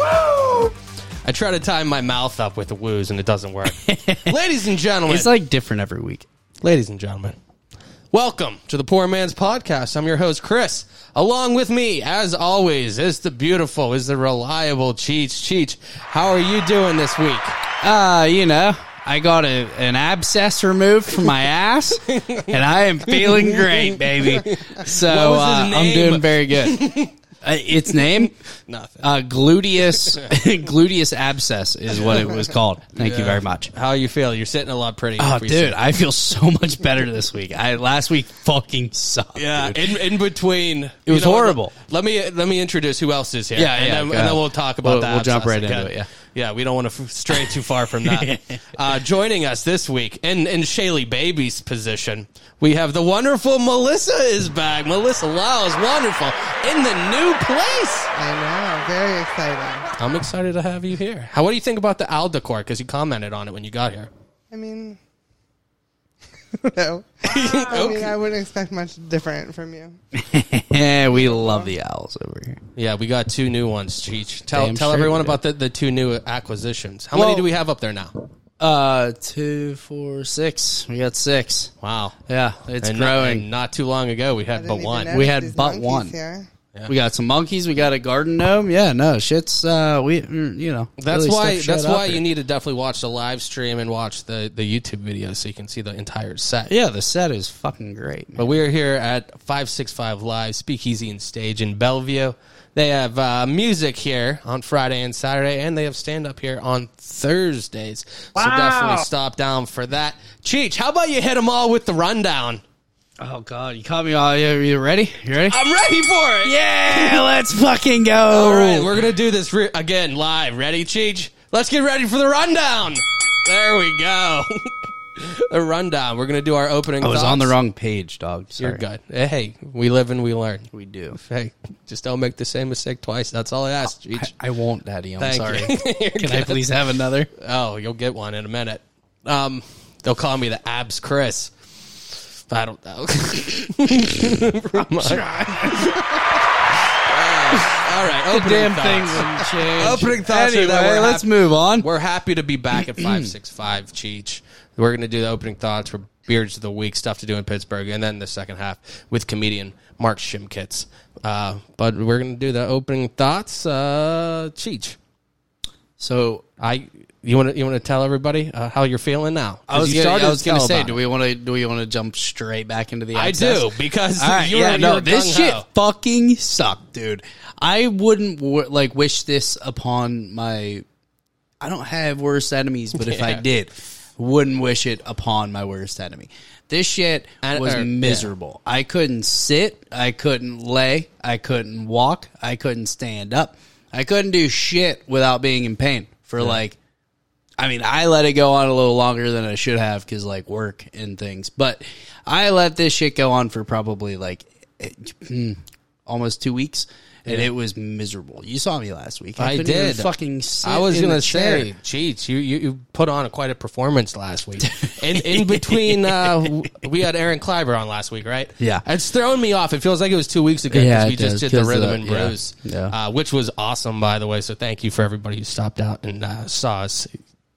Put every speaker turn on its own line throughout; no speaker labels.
I try to time my mouth up with the woos and it doesn't work. ladies and gentlemen,
It's like different every week.
ladies and gentlemen, welcome to the Poor Man's Podcast. I'm your host Chris. Along with me, as always, is the beautiful, is the reliable Cheech. Cheech, how are you doing this week?
Uh, you know, I got a, an abscess removed from my ass, and I am feeling great, baby. So
What was
uh,
his
I'm
name?
doing very good. Uh, its name,
Nothing.
uh, gluteus gluteus abscess, is what it was called. Thank you very much.
how you feel? You're sitting a lot prettier.
Oh,
if we sit-
dude, I feel so much better this week. I last week fucking sucked.
Yeah,
dude.
in, in between, it
was horrible.
Let me let me introduce who else is here.
Yeah,
and
yeah,
then,
go
and then
ahead.
we'll talk about
We'll-
that.
we'll jump right into it, yeah.
yeah, we don't want to f- stray too far from that. uh, joining us this week in in Shaylee Baby's position, we have the wonderful Melissa is back. Melissa Lau is wonderful in the new place.
I know, very exciting.
I'm excited to have you here. How what do you think about the Aldecore? Because you commented on it when you got here.
I mean, no. I mean, I wouldn't expect much different from you.
yeah, we love the owls over here.
Yeah, we got two new ones, Cheech. Tell
Damn
tell
straight
everyone
we did.
about the, the two new acquisitions. How
Well-
many do we have up there now?
Uh, two, four, six. We got six.
Wow.
Yeah, it's
and Not,
growing.
and not too long ago, we had but
I didn't even
one.
notice
We had
these
but
monkeys
one.
Here.
We got some monkeys. We got a garden gnome. Yeah, no shit's. Uh, we mm, you know
That's
really
why.
stuff showed
That's
up
why
here.
you need to definitely watch the live stream and watch the the YouTube video so you can see the entire set.
Yeah, the set is fucking great.
But
Man.
we are here at five six five live Speakeasy and Stage in Bellevue. They have uh, music here on Friday and Saturday, and they have stand up here on Thursdays. So definitely stop down for that. Cheech, how about you hit them all with the rundown?
Oh god, you caught me. All you, you ready? You ready?
I'm ready for it.
yeah, let's fucking go.
All right, Oh, we're gonna do this re- again live. Ready, Cheech? Let's get ready for the rundown. There we go. the rundown. We're gonna do our opening.
I was
thoughts.
on the wrong page, dog. Sorry.
You're good. Hey, we live and we learn.
We do.
Hey, just don't make the same mistake twice. That's all I ask, Cheech.
I won't, Daddy. I'm
Thank
sorry.
you. You're
Can I
good.
please have another?
Oh, you'll get one in a minute. Um, they'll call me the abs Chris. I don't know. all right, opening
Damn
thoughts.
thing wouldn't change.
Opening thoughts are
Anyway,
that we're
let's
hap-
move on.
We're happy to be back at 565 Cheech. We're going to do the opening thoughts for Beards of the Week, stuff to do in Pittsburgh, and then the second half with comedian Mark Shimkitz. Uh, but we're going to do the opening thoughts. Uh, Cheech,
So
I you want to you want to tell everybody uh, how you're feeling now? 'Cause
I was
you
gonna,
started
I was
tell
gonna say,
about
do
it.
we want to do we want to jump straight back into the?
I
abscess?
do, because
All right,
you
yeah,
were- you
no,
were
this shit
gung-ho.
fucking sucked, dude. I wouldn't w- like wish this upon my. I don't have worst enemies, but if I
Yeah.
did, wouldn't wish it upon my worst enemy. This shit
And-
was
or- yeah.
miserable. I couldn't sit. I couldn't lay. I couldn't walk. I couldn't stand up. I couldn't do shit without being in pain for like I mean, I let it go on a little longer than I should have because like work and things. But I let this shit go on for probably like eh, hmm, almost two weeks, and it was miserable. You saw me last week.
I
couldn't even
did.
fucking. Sit
I was
in
gonna
the chair.
say, Cheech, you, you, you put on quite a performance last week. in in between, uh, w- we had Aaron Kleiber on last week, right?
Yeah.
it's throwing me off. It feels like it was two weeks ago because
Yeah,
we
it
just
does,
did the
'cause
rhythm
the-
and
yeah,
blues,
yeah.
Uh, which was awesome, by the way. So thank you for everybody who stopped out and uh, saw us.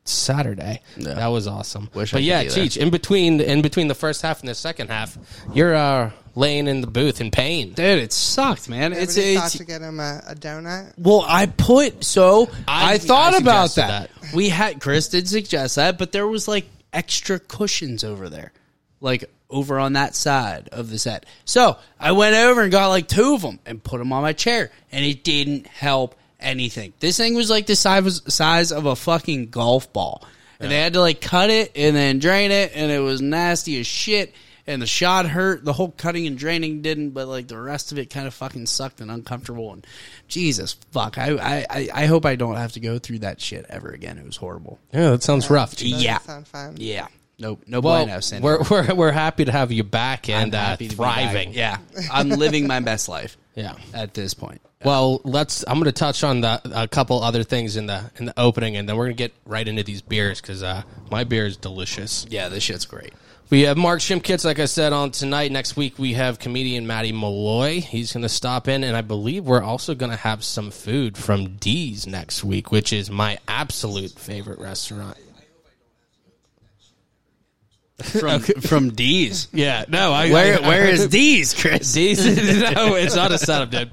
Saturday, that was awesome.
Wish I
but
could
yeah,
be there.
Cheech, in between, in between the first half and the second half, you're uh, laying in the booth in pain.
dude, it sucked, man. It's
Everybody thought
it's
to get him a, a donut.
Well, I put so
I-
I,
I
thought about
suggested
that. We had Chris did suggest that, but there was like extra cushions over there, like over on that side of the set. So I went over and got like two of them and put them on my chair, and it didn't help anything. This thing was like the size size of a fucking golf ball, and they had to like cut it and then drain it, and it was nasty as shit. and the shot hurt. The whole cutting and draining didn't, but like the rest of it kind of fucking sucked and uncomfortable. And Jesus fuck, I I I- I hope I don't have to go through that shit ever again. It was horrible.
Yeah, that sounds rough.
Doesn't
yeah,
sound fun.
yeah. Nope, no
Well,
bueno. Sandy.
we're, we're, we're happy to have you back and uh,
happy to be
thriving.
back. Yeah, I'm living my best life
Yeah.
at this point.
Well, let's. I'm going to touch on the, a couple other things in the in the opening, and then we're going to get right into these beers because uh, my beer is delicious.
Yeah, this shit's great.
We have Mark Shimkitz, like I said, on tonight. Next week we have comedian Matty Malloy. He's going to stop in, and I believe we're also going to have some food from D's next week, which is my absolute favorite restaurant.
From from D's.
Yeah, no, I
Where
I- I
where
heard-
is D's, Chris?
D's is, no, it's not a setup, dude.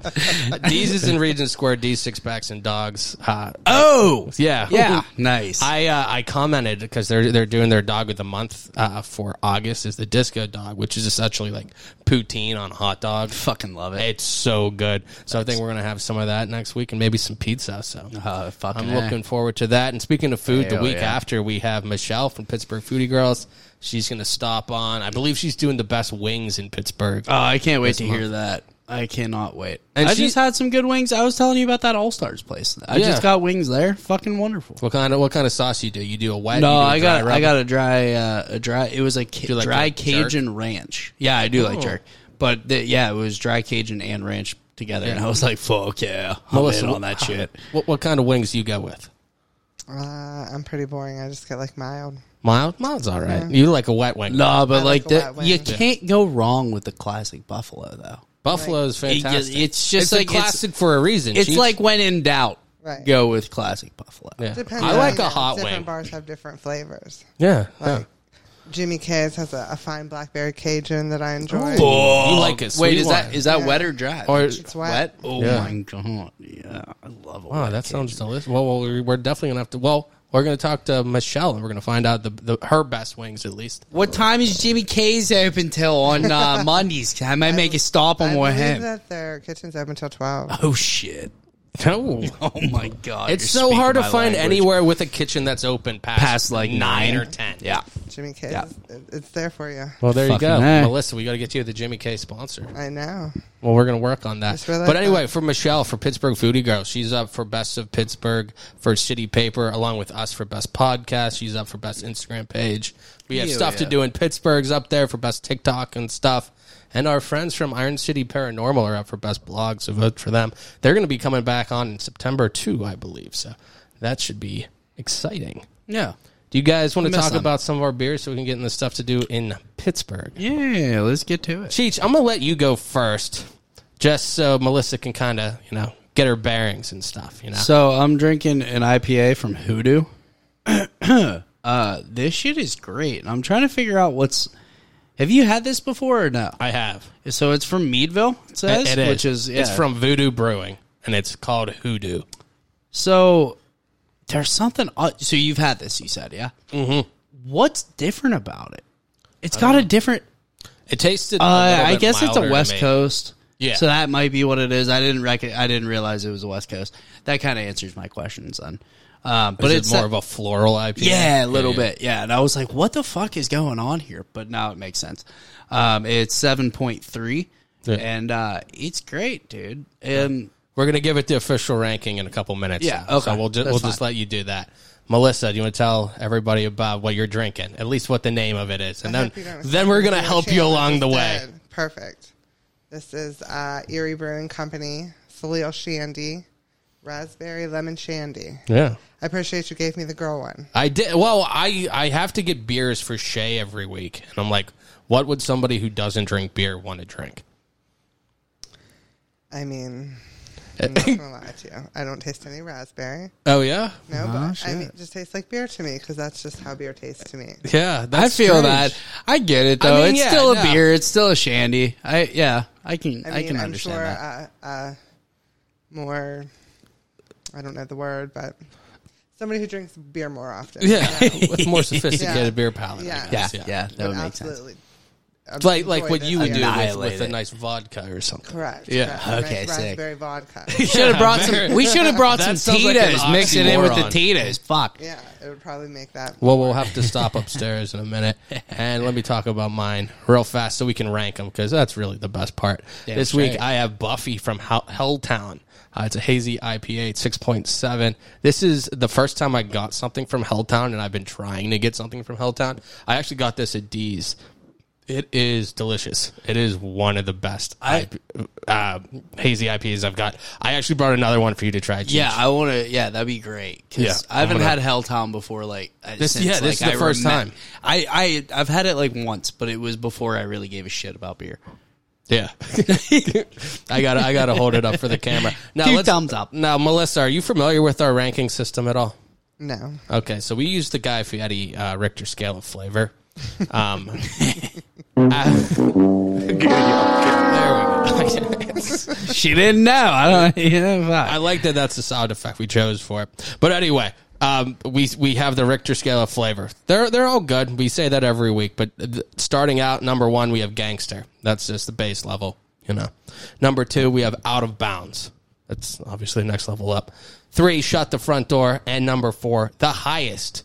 D's is in Regent Square. D's six packs and dogs. Uh,
Oh,
yeah,
yeah, nice.
I uh, I commented because they're they're doing their dog of the month uh, for August is the disco dog, which is essentially like poutine on a hot dog.
fucking love it.
It's so good. So I think we're gonna have some of that next week and maybe some pizza. So
Uh,
I'm
fucking A.
looking forward to that. And speaking of food, the
Hell
week
yeah.
after we have Michelle from Pittsburgh Foodie Girls. She's gonna stop on. I believe she's doing the best wings in Pittsburgh.
Oh, I can't wait to hear that. I cannot wait.
And
I
she-
just had some good wings. I was telling you about that All Stars place. I
Yeah.
just got wings there. Fucking wonderful.
What kind of what kind of sauce you do? You do a wet?
No,
you do a
I got
dry
I
rub?
got a dry uh, a dry. It was a ca-
you like
dry
a jerk?
Cajun ranch. Yeah, I do
Oh.
like jerk, but the, yeah, it was dry Cajun and ranch together, and I was like, "Fuck yeah, I'm
Melissa,
in
what-
on that shit."
What, what kind of wings do you go with?
Uh, I'm pretty boring. I just get like mild.
Mild, mild's all right. You like a wet wing?
No, but
I
like
like a
that,
wet
you
wing.
can't go wrong with the classic buffalo though.
Buffalo's
It-
fantastic.
it's just like
a classic for a reason.
It's,
Chief.
like when in doubt,
Right.
go with classic buffalo.
yeah.
Depends.
I
on,
like a
you know,
hot
different
wing.
bars have different flavors.
Yeah, yeah.
Jimmy K's has a, a fine blackberry Cajun that I enjoy.
You
Oh,
like it
Wait,
sweet
is that
wine.
is that
Yeah.
wet or dry?
Or-
It's wet.
Oh
Yeah.
my god! Yeah, I love. A
Wow,
wet
Oh, that sounds
Cajun.
delicious. Well, well, we- we're definitely gonna have to. Well, we're gonna talk to Michelle and we're gonna find out the, the her best wings at least.
What time is Jimmy K's open till on uh, Mondays? I might make a stop
I
on
believe
Warham.
that their kitchen's open till twelve.
oh shit!
No,
Oh my god!
it's
you're
so
speaking
hard to
my
find
language.
anywhere with a kitchen that's open past,
past like
nine, or ten.
Yeah,
Jimmy K's,
Yeah.
it- it's there for you.
Well, there you
Fucking
go,
A.
Melissa. We got to get you the Jimmy K sponsor.
I know.
Well, we're going to work on that.
Just realized
But anyway, for Michelle, for Pittsburgh Foodie Girl, she's up for Best of Pittsburgh for City Paper, along with us for Best Podcast. She's up for Best Instagram Page. We have
Hell
stuff to
yeah.
do in Pittsburgh's up there for Best TikTok and stuff. And our friends from Iron City Paranormal are up for Best Blog, so vote for them. They're going to be coming back on in September, too, I believe. So that should be exciting.
yeah,
Do you guys want to
Miss
talk
them.
about some of our beers so we can get in the stuff to do in Pittsburgh?
yeah. Let's get to it.
Cheech, I'm gonna let you go first, just so Melissa can kind of you know get her bearings and stuff. You know,
So I'm drinking an IPA from Hoodoo. uh, this shit is great. I'm trying to figure out what's. Have you had this before or no?
I have.
So it's from Meadville. It says,
It- it is.
which is yeah.
It's from Voodoo Brewing, and it's called Hoodoo.
So there's something. o- So you've had this, you said, yeah. Mm-hmm. What's different about it? It's got a different.
It tasted.
Uh, I guess it's a West Coast.
Yeah.
So that might be what it is. I didn't reckon. I didn't realize it was a West Coast. That kind of answers my question, son. Um, but
but
it's
it's more
that-
of a floral IPA.
yeah, a little bit. Yeah, and I was like, "What the fuck is going on here?" But now it makes sense. Um, it's seven point three,
Yeah.
and uh, it's great, dude. Um,
We're gonna give it the official ranking in a couple minutes.
Yeah,
though. So
okay.
we'll ju-
That's
we'll just
fine.
let you do that. Melissa, do you want to tell everybody about what you're drinking? At least what the name of it is, and
I
then
hope you don't-
then we're gonna
Yeah,
help
she
you along the
just
way.
did. Perfect. This is uh, Erie Brewing Company, Salil Shandy, Raspberry Lemon Shandy.
Yeah.
I appreciate you gave me the girl one.
I did. Well, I I have to get beers for Shay every week, and I'm like, what would somebody who doesn't drink beer want to drink?
I mean, I'm not gonna lie to you. I don't taste any raspberry.
Oh yeah,
No, but I mean, it just tastes like beer to me because that's just how beer tastes to me.
yeah.
I
That's
feel
strange.
that. I get it
I
though.
mean,
it's
yeah,
still a
no.
beer. It's still a shandy. I yeah. I can I,
I mean,
can
am
understand
sure
that.
Uh, uh, more. I don't know the word, but somebody who drinks beer more often.
Yeah, with more sophisticated
Yeah.
beer palate. I
Yeah.
guess,
yeah, yeah, that would make sense.
absolutely
It's like like
enjoyed
what
it.
you would do with,
Annihilate
with a
it.
nice vodka or something.
Correct.
Yeah,
correct.
okay,
Ras-
sick.
Raspberry vodka.
Should have brought some.
very-
We should have brought some
That sounds like an
Tito's. mix it in with the
oxymoron.
Tito's. Fuck.
yeah, it would probably make that.
Well, we'll have to stop upstairs in a minute, and let me talk about mine real fast so we can rank them because that's really the best part.
Damn
this
straight.
week I have Buffy from Hell- Helltown. Uh, it's a hazy IPA, six point seven. This is the first time I got something from Helltown, and I've been trying to get something from Helltown. I actually got this at D's. It is delicious. It is one of the best I, uh, hazy IPAs I've got. I actually brought another one for you to try. Cheech.
Yeah, I want to. Yeah, that'd be great. 'cause
Yeah,
I haven't
I'm gonna-
had Helltown before. Like I-
This-
since,
yeah, this
like,
is the
I
first
remem-
time.
I I I've had it like once, but it was before I really gave a shit about beer.
Yeah, I gotta, I gotta hold it up for the camera. Now,
Two
let's-
thumbs up.
Now, Melissa, are you familiar with our ranking system at all?
No.
Okay, so we use the Guy Fieri uh, Richter scale of flavor. Um, uh, there we go.
she didn't know. I don't. You know, fuck.
I like that. That's the sound effect we chose for it. But anyway, um, we we have the Richter scale of flavor. They're they're all good. We say that every week. But th- starting out number one, we have Gangster. That's just the base level, you know. Number two, we have Out of Bounds. That's obviously next level up. Three, Shut the Front Door, and number four, the highest,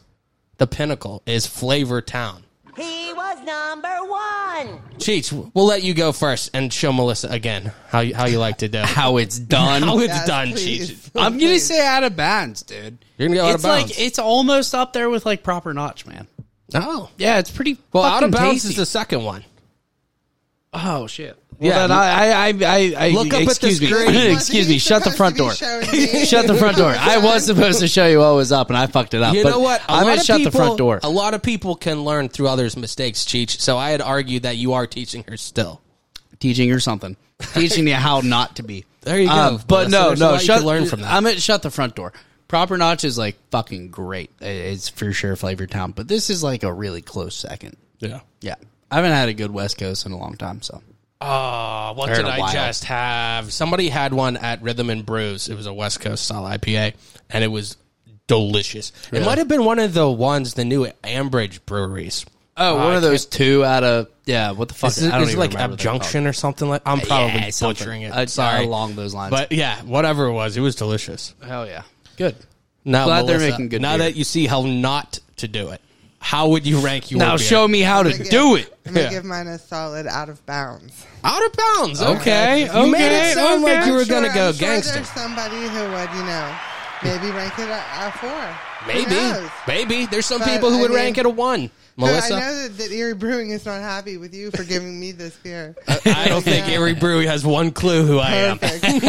the pinnacle is Flavor Town.
He was number one.
Cheech, we'll let you go first and show Melissa again how you, how you like to do.
how it's done.
How it's
Yes,
done,
please.
Cheech.
I'm gonna say out of bounds, dude.
You're gonna go out
it's
of bounds.
Like it's almost up there with like proper notch, man.
Oh.
Yeah, it's pretty.
Well, out of bounds
tasty.
is the second one.
Oh shit!
Yeah.
yeah, I, I, I, I
Look up at the
excuse me.
screen.
excuse me.
He's
Shut the
supposed
front
to be
door.
showing me.
Shut the front door. I was supposed to show you what was up, and I fucked it up.
You
but
know what? A
I'm
lot
gonna
of
shut the
people-
front door.
A lot of people can learn through others' mistakes, Cheech. So I had argued that you are teaching her still.
Teaching or something. Teaching you how not to be.
There you go.
Um,
Melissa,
but no,
there's a
no.
lot you
Shut.
can learn from that.
I'm at shut the front door. Proper notch is like fucking great. It's for sure flavor town, but this is like a really close second.
Yeah.
Yeah, I haven't had a good West Coast in a long time, so
Oh, what
They're
did
in a
I
wild.
just have? Somebody had one at Rhythm and Brews. It was a West Coast style IPA, and it was delicious. It might have been one of the ones the new Ambridge breweries.
Oh, one of those two out of yeah. What the fuck?
Is it,
I don't
is it
even
like
remember what they're
abjunction or something like? I'm probably
Yeah, something.
butchering it.
Uh,
Sorry,
along those lines.
But yeah, whatever it was, it was delicious.
called. hell yeah, good.
Now,
Glad they're
Melissa,
making good
Now
beer.
that you see how not to do it, how would you rank your beer?
Now show me how to
Yeah.
do it.
I'm gonna
Yeah.
give mine a solid out of bounds.
out of bounds. Okay,
Okay,
you made it
okay,
sound like
okay.
you were
I'm sure-
going to go
I'm sure
gangster.
There's somebody who would, you know, maybe rank it a, a four. Who
Maybe,
knows?
maybe there's some
But,
people who
I
would
mean-
rank it a one.
I
Melissa,
know that, that Erie Brewing is not happy with you for giving me this beer.
I don't think
Yeah.
every brewery has one clue who I am.
Perfect,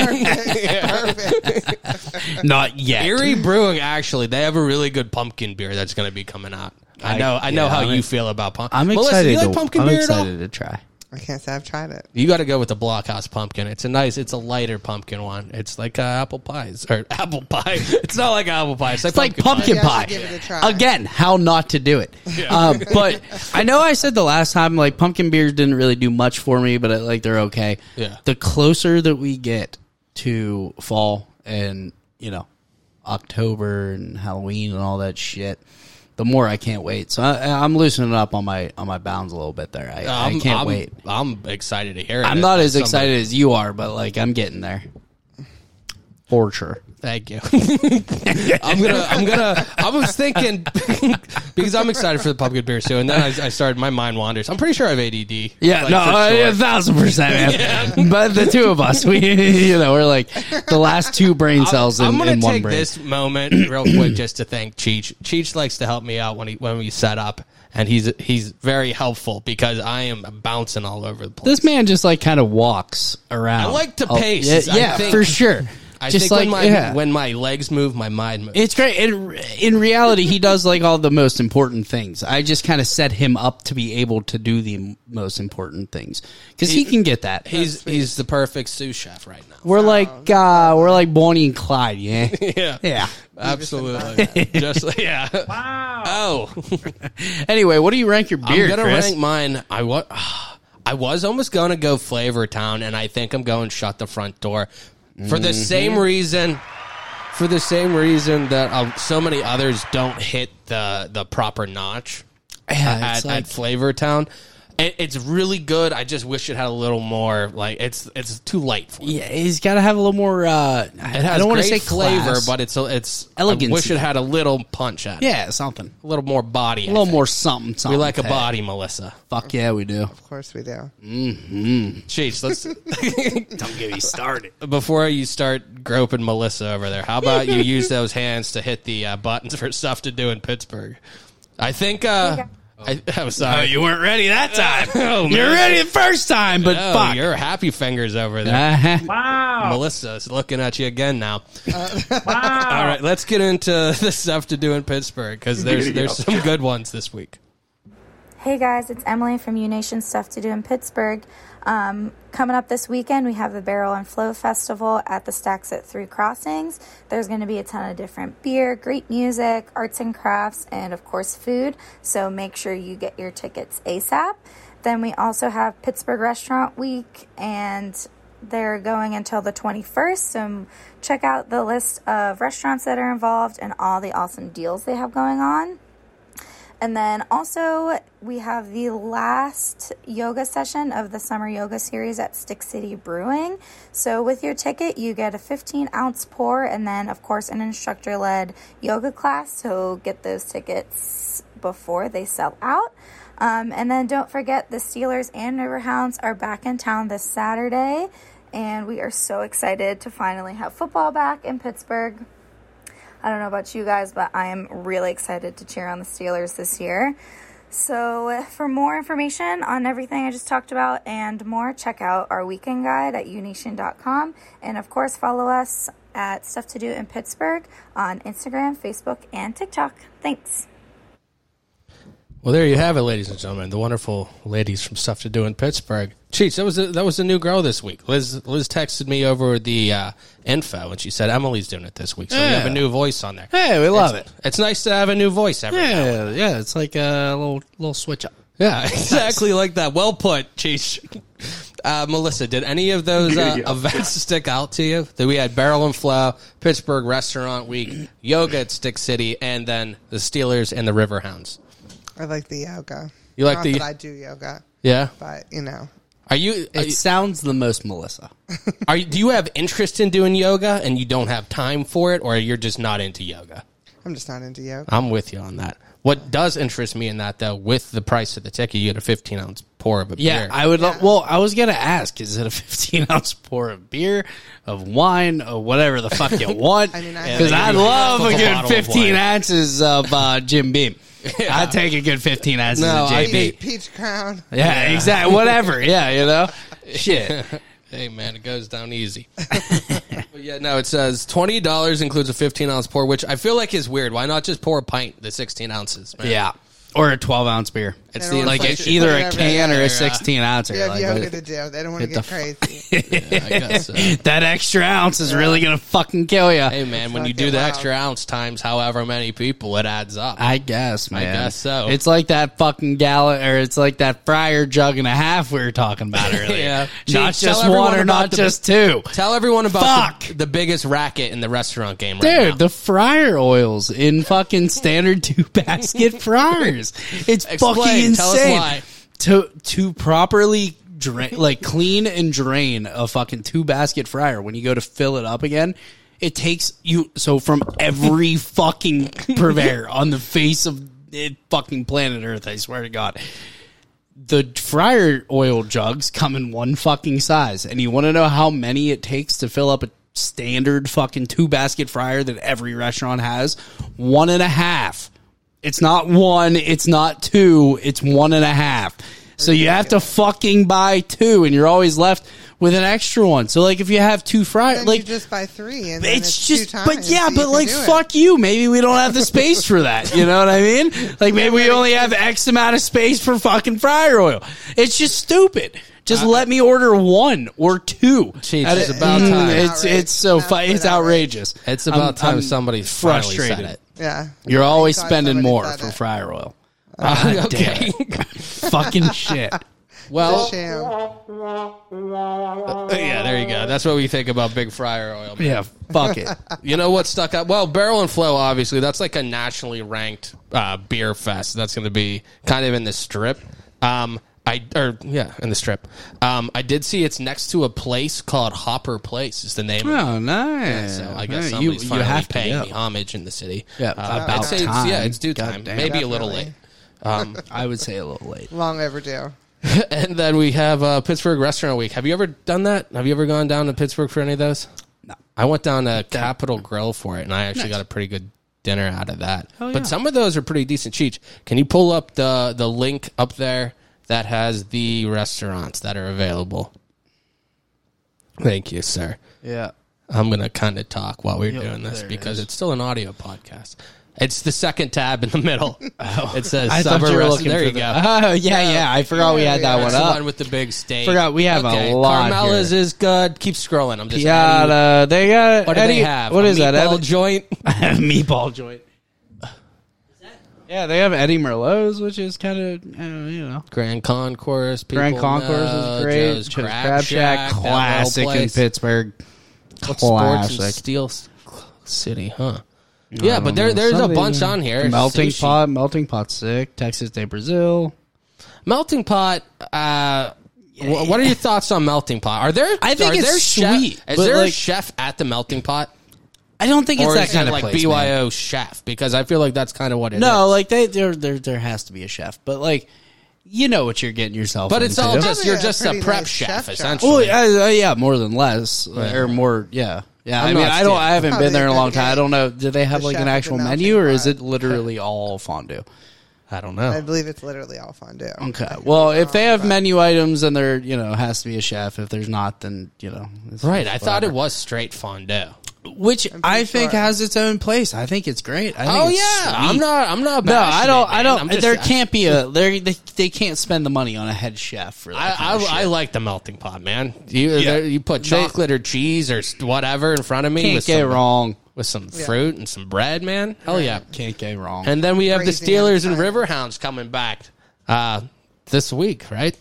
perfect, perfect.
Not yet.
Erie Brewing actually, they have a really good pumpkin beer that's going to be coming out. I
I-
know, I know
yeah,
how
I'm
you
ex-
feel about pumpkin.
I'm
Melissa,
excited.
Do you like
to,
pumpkin
I'm
beer at all?
excited to try.
I can't say I've tried it.
You got to go with the Blockhouse pumpkin. It's a nice, it's a lighter pumpkin one. It's like uh, apple pies or apple pie. It's not like apple pie. It's like
It's like
pumpkin.
pumpkin
Maybe I should
pie.
give it a try.
Again, how not to do it. Uh, but I know I said the last time like pumpkin beers didn't really do much for me, but I, like they're okay.
Yeah.
The closer that we get to fall and you know October and Halloween and all that shit, the more I can't wait. So I, I'm loosening up on my on my bounds a little bit there. I,
pie.
I can't
I'm,
wait.
I'm excited to hear it.
I'm not as
Somebody-
excited as you are, but like I'm getting there. For sure.
Thank you. I'm gonna. I'm gonna. I was thinking because I'm excited for the pumpkin beer too, and then I, I started. My mind wanders. I'm pretty sure I have ADD.
Yeah,
Like,
no,
for
uh,
sure.
a thousand percent, man. But the two of us, we, you know, we're like the last two brain cells in,
I'm gonna
in one
take
brain.
this moment real quick just to thank Cheech. Cheech likes to help me out when he when we set up, and he's he's very helpful because I am bouncing all over the place.
This man just like kind of walks around.
I like to
Oh,
pace,
Yeah,
I
yeah,
think.
for sure.
I
just
think when
like
my
yeah.
when my legs move, my mind moves.
it's great. In, in reality, he does like all the most important things. I just kind of set him up to be able to do the m- most important things because he, can get that.
he's he's the perfect sous chef right now.
we're like uh, we're like Bonnie and Clyde, yeah,
Yeah,
yeah.
absolutely. just yeah. Wow. Oh,
Anyway, what do you rank your beer?
I'm gonna
Chris?
rank mine. I what? I was almost gonna go Flavor Town, and I think I'm going Shut the Front Door for
Mm-hmm.
the same reason. For the same reason that um, so many others don't hit the the proper notch
Yeah,
at, at
it's like-
Flavor Town. It, it's really good. I just wish it had a little more. Like it's it's too light for me.
Yeah, he's got to have a little more. Uh, I,
It has
I don't want to say
great flavor,
class.
but it's a, it's
Elegancy.
I wish it had a little punch at it.
yeah, something.
a little more body.
A little more something.
We
something
like a
Hey,
body, Melissa.
Fuck yeah, we do.
Of course we do.
Jeez, let's
Don't get me started.
before you start groping Melissa over there. How about you use those hands to hit the uh, buttons for stuff to do in Pittsburgh? I think. Uh, I, I'm
Oh,
sorry.
you weren't ready that time.
Oh,
You're
man.
ready the first time, but
Oh,
fuck.
you're happy fingers over there.
Uh-huh.
Wow.
Melissa's looking at you again now.
Wow.
All right, let's get into the stuff to do in Pittsburgh because there's there's some good ones this week.
Hey guys, it's Emily from U Nation Stuff to Do in Pittsburgh. Um, coming up this weekend, we have the Barrel and Flow Festival at the Stacks at Three Crossings. There's going to be a ton of different beer, great music, arts and crafts, and of course, food. So make sure you get your tickets ASAP. Then we also have Pittsburgh Restaurant Week, and they're going until the 21st. So check out the list of restaurants that are involved and all the awesome deals they have going on. And then also, we have the last yoga session of the summer yoga series at Stick City Brewing. So, with your ticket, you get a 15 ounce pour and then, of course, an instructor led yoga class. So, get those tickets before they sell out. Um, and then, don't forget, the Steelers and Riverhounds are back in town this Saturday. And we are so excited to finally have football back in Pittsburgh. I don't know about you guys, but I am really excited to cheer on the Steelers this year. So, for more information on everything I just talked about and more, check out our weekend guide at unation.com. And of course, follow us at Stuff to Do in Pittsburgh on Instagram, Facebook, and TikTok. Thanks.
Well, there you have it, ladies and gentlemen, the wonderful ladies from Stuff to Do in Pittsburgh. Cheats, that was a, that was a new girl this week. Liz Liz texted me over the uh, info and she said Emily's doing it this week, so we have a
Yeah.
new voice on there.
Hey, we love it.
It's nice to have a new voice every now and then.
Yeah, yeah. It's like a little little switch up.
Yeah, exactly like that. Well put, Cheech. Uh, Melissa, did any of those uh,
Yeah.
events stick out to you? That we had Barrel and Flow, Pittsburgh Restaurant Week, yoga at Stick City, and then the Steelers and the Riverhounds.
I like the yoga.
You like
Not
the-
that I do yoga,
Yeah,
but you know,
are you, are
It
you,
sounds the most Melissa.
are you? Do you have interest in doing yoga and you don't have time for it, or you're just not into yoga?
I'm just not into yoga.
I'm with you on that. What does interest me in that though, with the price of the ticket, you get a 15 ounce pour of a
Yeah,
beer.
I would. lo- Well, I was gonna ask: Is it a 15 ounce pour of beer, of wine, or whatever the fuck you want?
I mean, I-
because
Yeah,
I
they give you half
love
of
a
a
good
bottle of
15
wine.
ounces of uh, Jim Beam. I take a good 15 ounces
No,
of
I
Jim Beam.
think-
Peach, peach crown.
Yeah, exactly. Whatever. Yeah, you know. Shit.
Hey man, it goes down easy. but yeah, no, it says twenty dollars includes a fifteen ounce pour, which I feel like is weird. Why not just pour a pint, the sixteen ounces? Man?
Yeah, or a 12 ounce beer.
it's
I
the
don't
Like
Like,
a,
it's
either
put it
a
over
can or
there, uh,
a 16 ounce. uh,
You have yoga to do. They don't want to
the
get crazy.
I guess. uh,
that extra ounce is really gonna fucking kill you.
hey man, when you
Fucking
do the
wild.
extra ounce times however many people, it adds up.
I guess, man.
guess so.
It's like that fucking gallon, or it's like that fryer jug and a half we were talking about earlier.
Yeah.
not
Jeez,
just
tell everyone
one or
about
not
the-
just two.
Tell everyone about the,
Fuck!
the biggest racket in the restaurant game right
Dude,
now.
the fryer oils in fucking standard two basket fryers. It's fucking
Explain.
insane.
Tell us why.
To to properly drain, like clean and drain a fucking two basket fryer when you go to fill it up again. It takes you so from every fucking purveyor on the face of it fucking planet Earth. I swear to God, the fryer oil jugs come in one fucking size, and you want to know how many it takes to fill up a standard fucking two basket fryer that every restaurant has? One and a half. It's not one, it's not two, it's one and a half. So you have to fucking buy two, and you're always left with an extra one. So like, if you have two fryer,
Then
like
you just buy three, and then
it's,
it's,
just,
two times.
but yeah,
so you
but
can
like,
do it.
fuck you. Maybe we don't have the space for that. You know what I mean? Like, maybe we only have X amount of space for fucking fryer oil. It's just stupid. Just
Uh,
let me order one or two.
Jeez,
At
it's
a-
about
Mm,
time.
It's it's so
Outrage.
fu- it's outrageous.
it's about
I'm-
time
I'm
somebody frustrated.
frustrated.
Finally said it.
Yeah,
You're always
God
spending
somebody
more
said
for
it.
fryer oil.
okay.
fucking shit.
well,
sham.
yeah, there you go. That's what we think about big fryer oil. man.
Yeah, fuck it.
You know what stuck out? Well, Barrel and Flow, obviously, that's like a nationally ranked uh, beer fest. That's going to be kind of in the strip. Um, I or yeah, in the strip. Um, I did see it's next to a place called Hopper Place. Is the name? of it.
Oh, nice.
So I
Yeah,
guess
you-
somebody's
you
finally
have to
paying
go.
me homage in the city.
Yeah,
Uh,
about
I'd say it's, yeah,
time.
it's due time.
Goddamn.
Maybe a little late.
Definitely.
Um,
I would say a little late.
Long overdue.
and then we have uh, Pittsburgh Restaurant Week. Have you ever done that? Have you ever gone down to Pittsburgh for any of those?
No.
I went down to Capitol Grill for it, and I actually got a pretty good dinner out of that.
yeah.
But some of those are pretty decent cheats. Can you pull up the the link up there that has the restaurants that are available? Thank you, sir.
Yeah.
I'm gonna kind of talk while we're
Yep,
doing this
there it
because
is.
it's still an audio podcast. It's the second tab in the middle. It says
Oh. I thought
summer
you were
rest-
looking
There
for
you
the-
go.
Oh, yeah, yeah. I forgot we had that
That's
one
the
up.
one with the big stage.
Forgot we have a lot
Carmela's
here.
is good. Keep scrolling. I'm just. adding-
Piata. They got.
What do
Eddie-
they have?
What
A
is that?
meatball
Eddie-
joint.
meatball joint. Yeah, they have Eddie Merlot's, which is kind of uh, you know
Grand Concourse. People
Grand Concourse
know.
is great.
Joe's
Joe's
Crab, Shack,
Shack,
that little
classic in
place.
Pittsburgh.
What sports in
Classic.
Steel C- City, huh? Yeah, but there, there's a
Something-
bunch on here.
Melting
Sushi.
pot, melting pot, sick. Texas Day Brazil.
Melting pot. Uh, wh- what are your thoughts on melting pot? Are there?
I think
are
it's
there chef,
sweet,
Is
but
there a
like-
chef at the melting pot?
I don't think
or
it's that
is it
kind of
like
place, man.
BYO chef? Because I feel like that's kind of what it is.
No, like they there there there has to be a chef, but like you know what you're getting yourself.
But it's
into.
all just
Probably
you're
a
just a
pretty
prep
nice
chef,
chef job.
essentially.
Well, yeah, uh, yeah, more than less or more. Yeah, yeah. i
I'm
mean,
not
I don't.
scared.
I haven't
Probably
been there in a
a
long
Oh, good
time. I
guy.
don't know. Do they have
The
like an
chef at the
actual
melting
menu, or is
pot.
it literally all fondue?
I don't
I
know.
believe it's literally all fondue.
Okay. Well, if they have menu items, then there you know has to be a chef. If there's not, then you know it's-
Right, I thought it was straight fondue.
Which I think
sure.
has its own place. I think it's great. I think
Oh
it's
yeah,
sweet.
I'm not. I'm not.
No, I don't. I don't. there
can't.
can't be a. There, they, they can't spend the money on a head chef for that.
I,
kind of
I, I
shit.
like the melting pot, man. You there- you put
They-
chocolate or cheese or s- whatever in front of me
can't
with
get
some,
wrong.
with some fruit and some bread, man. Hell yeah!
Can't get wrong.
And then we have the
Crazy
Steelers and
outside.
Riverhounds coming back uh, this week, right?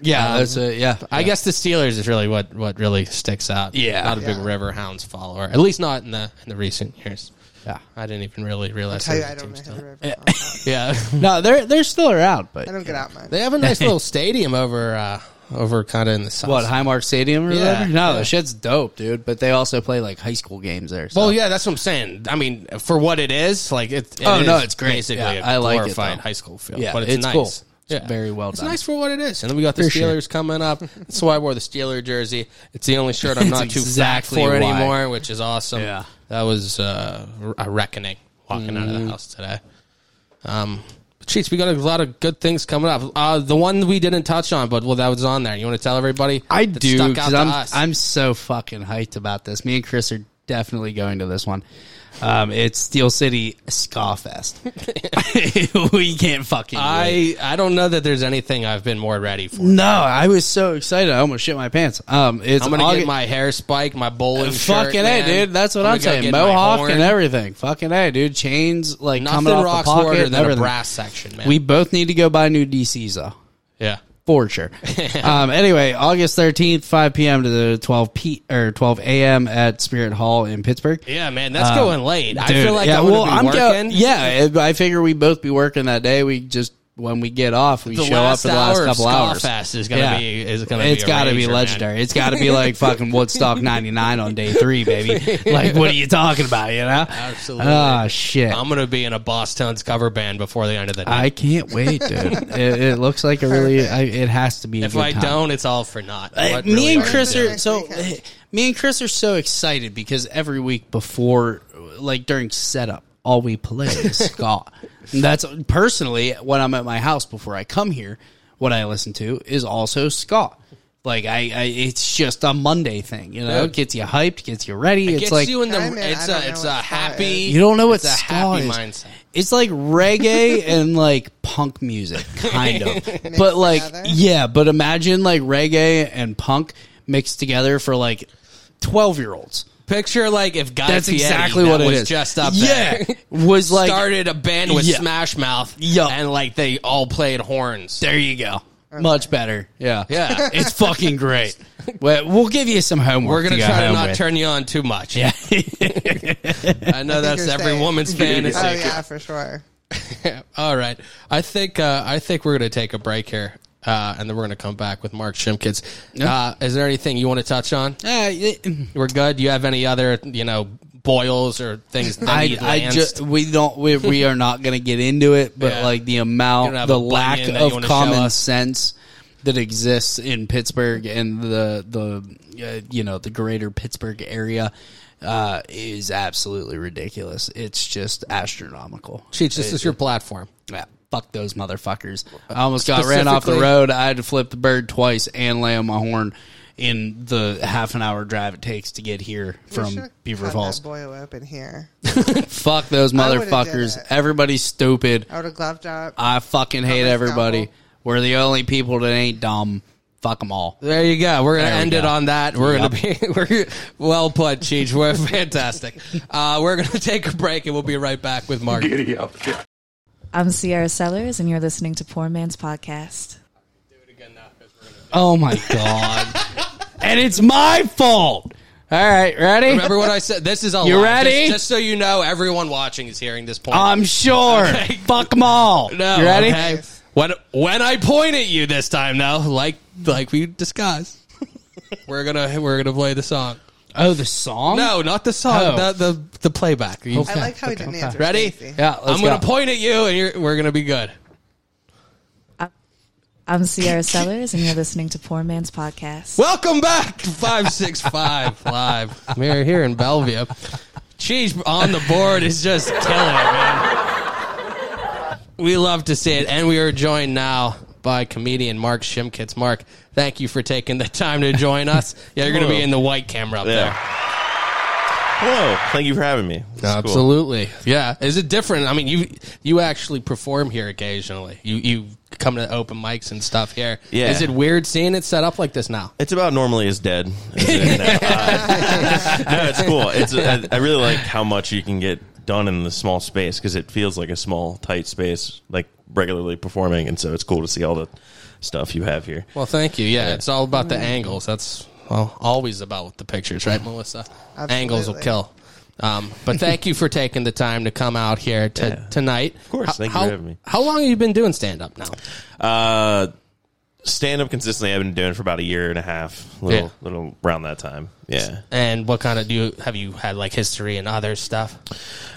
yeah,
um,
that's a, Uh, yeah.
I guess the Steelers is really what, what really sticks out.
Yeah.
not a big
Yeah.
Riverhounds follower, at least not in the in the recent years.
Yeah.
I didn't even really realize.
Tell you,
there
I
was a
don't know
team
who the river.
still- Yeah,
No, they're they're still around, but
I don't get out much.
They have a nice little stadium over uh, over kind of in the south.
what Highmark Stadium or
Yeah,
whatever? No,
yeah.
the shit's dope, dude. But they also play like high school games there. So.
Well, yeah, that's what I'm saying. I mean, for what it is, like it. it
Oh, no,
is
it's great.
Basically,
Yeah,
a
I like it,
glorified
though.
high school field.
Yeah,
but it's,
it's
nice.
cool. It's
Yeah.
very well
It's
done.
nice for what it is. And then we got the
For sure.
Steelers coming up. That's why I wore the Steeler jersey. It's the only shirt I'm
It's
not too
exactly
fat for
why.
anymore, which is awesome.
Yeah.
that was uh, a reckoning walking out
Mm-hmm.
of the house today. Um. Cheats, we got a lot of good things coming up. Uh, the one we didn't touch on, but well, that was on there. You want to tell everybody?
I
that
do
stuck out
because
to
I'm
us?
I'm so fucking hyped about this. Me and Chris are definitely going to this one. Um, it's Steel City Ska Fest. we can't fucking. wait.
I I don't know that there's anything I've been more ready for.
no, I was so excited. I almost shit my pants. Um, it's
I'm gonna
August-
get my hair spiked, my bowling shirt.
fucking
man.
a, dude. That's what I'm,
gonna go
saying.
get my
Mohawk
horn.
and everything. Fucking a, dude. Chains like coming
Nothing
off
rocks
the pocket.
harder
and
than a
everything.
brass section, man.
We both need to go buy new DCs though.
yeah.
for sure. um, anyway, August thirteenth, five p.m. to the twelve p or twelve a.m. at Spirit Hall in Pittsburgh.
Yeah, man, that's going late. I
Um, Dude,
feel like
yeah,
I would
well,
be
go-
working.
yeah, I I figure we both be working that day. We just when we get off, we
The
show up
last
for the last
hour of
couple
Ska
hours.
Fest is gonna be- is gonna be
It's
a
gotta
rager,
be
man.
legendary. It's got to be like fucking Woodstock '99 on day three, baby. Like, what are you talking about? You know?
Absolutely.
Oh shit.
I'm gonna be in a Boss Tones cover band before the end of the day.
I can't wait, dude. it, it looks like a really. I, it has to be. A
if
good
I
time.
don't, it's all for naught.
Uh,
What
me
really
and
I
Chris
do?
are so me and Chris are so excited because every week before like during setup all we play is ska. And That's personally when I'm at my house before I come here what I listen to is also ska. Like I, I it's just a Monday thing, you know.
Yeah.
It gets you hyped, gets you ready. it's
gets
like
you in the.
I'm in, I
it's
don't
a.
know
It's
what
a
ska
happy.
is.
you don't know what
it's a
ska
happy
is.
mindset.
It's like reggae and like punk music, kind of. but like,
together?
yeah. But imagine like reggae and punk mixed together for like twelve year olds.
Picture like if Guy
That's
Fieri,
exactly
that
what it
was
is.
Just up
Yeah,
there.
was like
started a band with
Yeah.
Smash Mouth.
Yeah.
And like they all played horns.
There you go. Much better. Yeah,
Yeah.
It's fucking great. Well, we'll give you some homework.
We're gonna
go
try to
home
not
with.
turn you on too much.
Yeah.
I know that's
You're
every
saying.
woman's fantasy.
Oh,
Oh yeah, for sure.
All right, I think uh, I think we're gonna take a break here. uh, and then we're going to come back with Mark Shimkins. Uh, is there anything you want to touch on?
Uh,
We're good. Do you have any other, you know, boils or things that
I,
need
I
lanced?
just we don't we, we are not going to get into it, but
Yeah.
like the
You don't
amount,
have
the
a
lack
bunion that you
of
wanna show
common
us.
sense that exists in Pittsburgh and the the uh, you know the greater Pittsburgh area uh, is absolutely ridiculous. It's just astronomical.
Cheech, this is your platform.
Yeah, fuck those motherfuckers. I almost got ran off the
Specifically-
road. I had to flip the bird twice and lay on my horn in the half an hour drive it takes to get here
We
from
should've
Beaver
cut
Falls.
That boil open here.
Fuck those
I would've did
motherfuckers.
it.
Everybody's stupid.
I would have gloved up.
I fucking hate
Fucking
everybody.
scalpel.
We're the only people that ain't dumb. Fuck them all.
There you go. We're gonna
There we
end it
go.
on that. We're gonna be we're well put, Cheech. We're fantastic. Uh, we're gonna take a break and we'll be right back with Mark.
I'm Sierra Sellers, and you're listening to Poor Man's Podcast.
Oh my god. and it's my fault. All right, ready?
Remember what I said? This is all.
You
live.
ready?
Just, just so you know, everyone watching is hearing this point.
I'm sure. Fuck them all.
No,
you ready?
okay? When when I point at you this time, though, like like we discussed, we're gonna we're gonna play the song.
Oh, the song?
No, not the song.
Oh.
The, the the playback. You-
I like how he didn't answer.
Ready?
Stacey.
Yeah, let's
I'm gonna
go.
point at you, and you're, we're gonna be good.
I'm Sierra Sellers, and you're listening to Poor Man's Podcast.
Welcome back, to 565 Live. We're here in Bellevue. Cheese on the board is just killing it, man. We love to see it. And we are joined now by comedian Mark Shimkitz. Mark, thank you for taking the time to join us. Yeah, you're going to be
Hello.
in the white camera up
Yeah.
there.
Hello. Thank you for having me. This is cool.
Absolutely. Yeah. Is it different? I mean, you you actually perform here occasionally. You you come to open mics and stuff here.
Yeah.
Is it weird seeing it set up like this now?
It's about normally as dead. As it is now. Uh, no, it's cool. It's I, I really like how much you can get done in the small space because it feels like a small, tight space, like regularly performing, and so it's cool to see all the stuff you have here.
Well, thank you. Yeah, it's all about the angles. That's well, always about with the pictures, right, Melissa? Angles will
Absolutely.
kill. Um, but thank you for taking the time to come out here to, tonight. Of
course, thank you for having me.
How long have you been doing stand up now?
Uh, stand up consistently. I've been doing for about a year and a half, little,
Yeah.
little around that time. Yeah.
And what kind of do you have you had like history and other stuff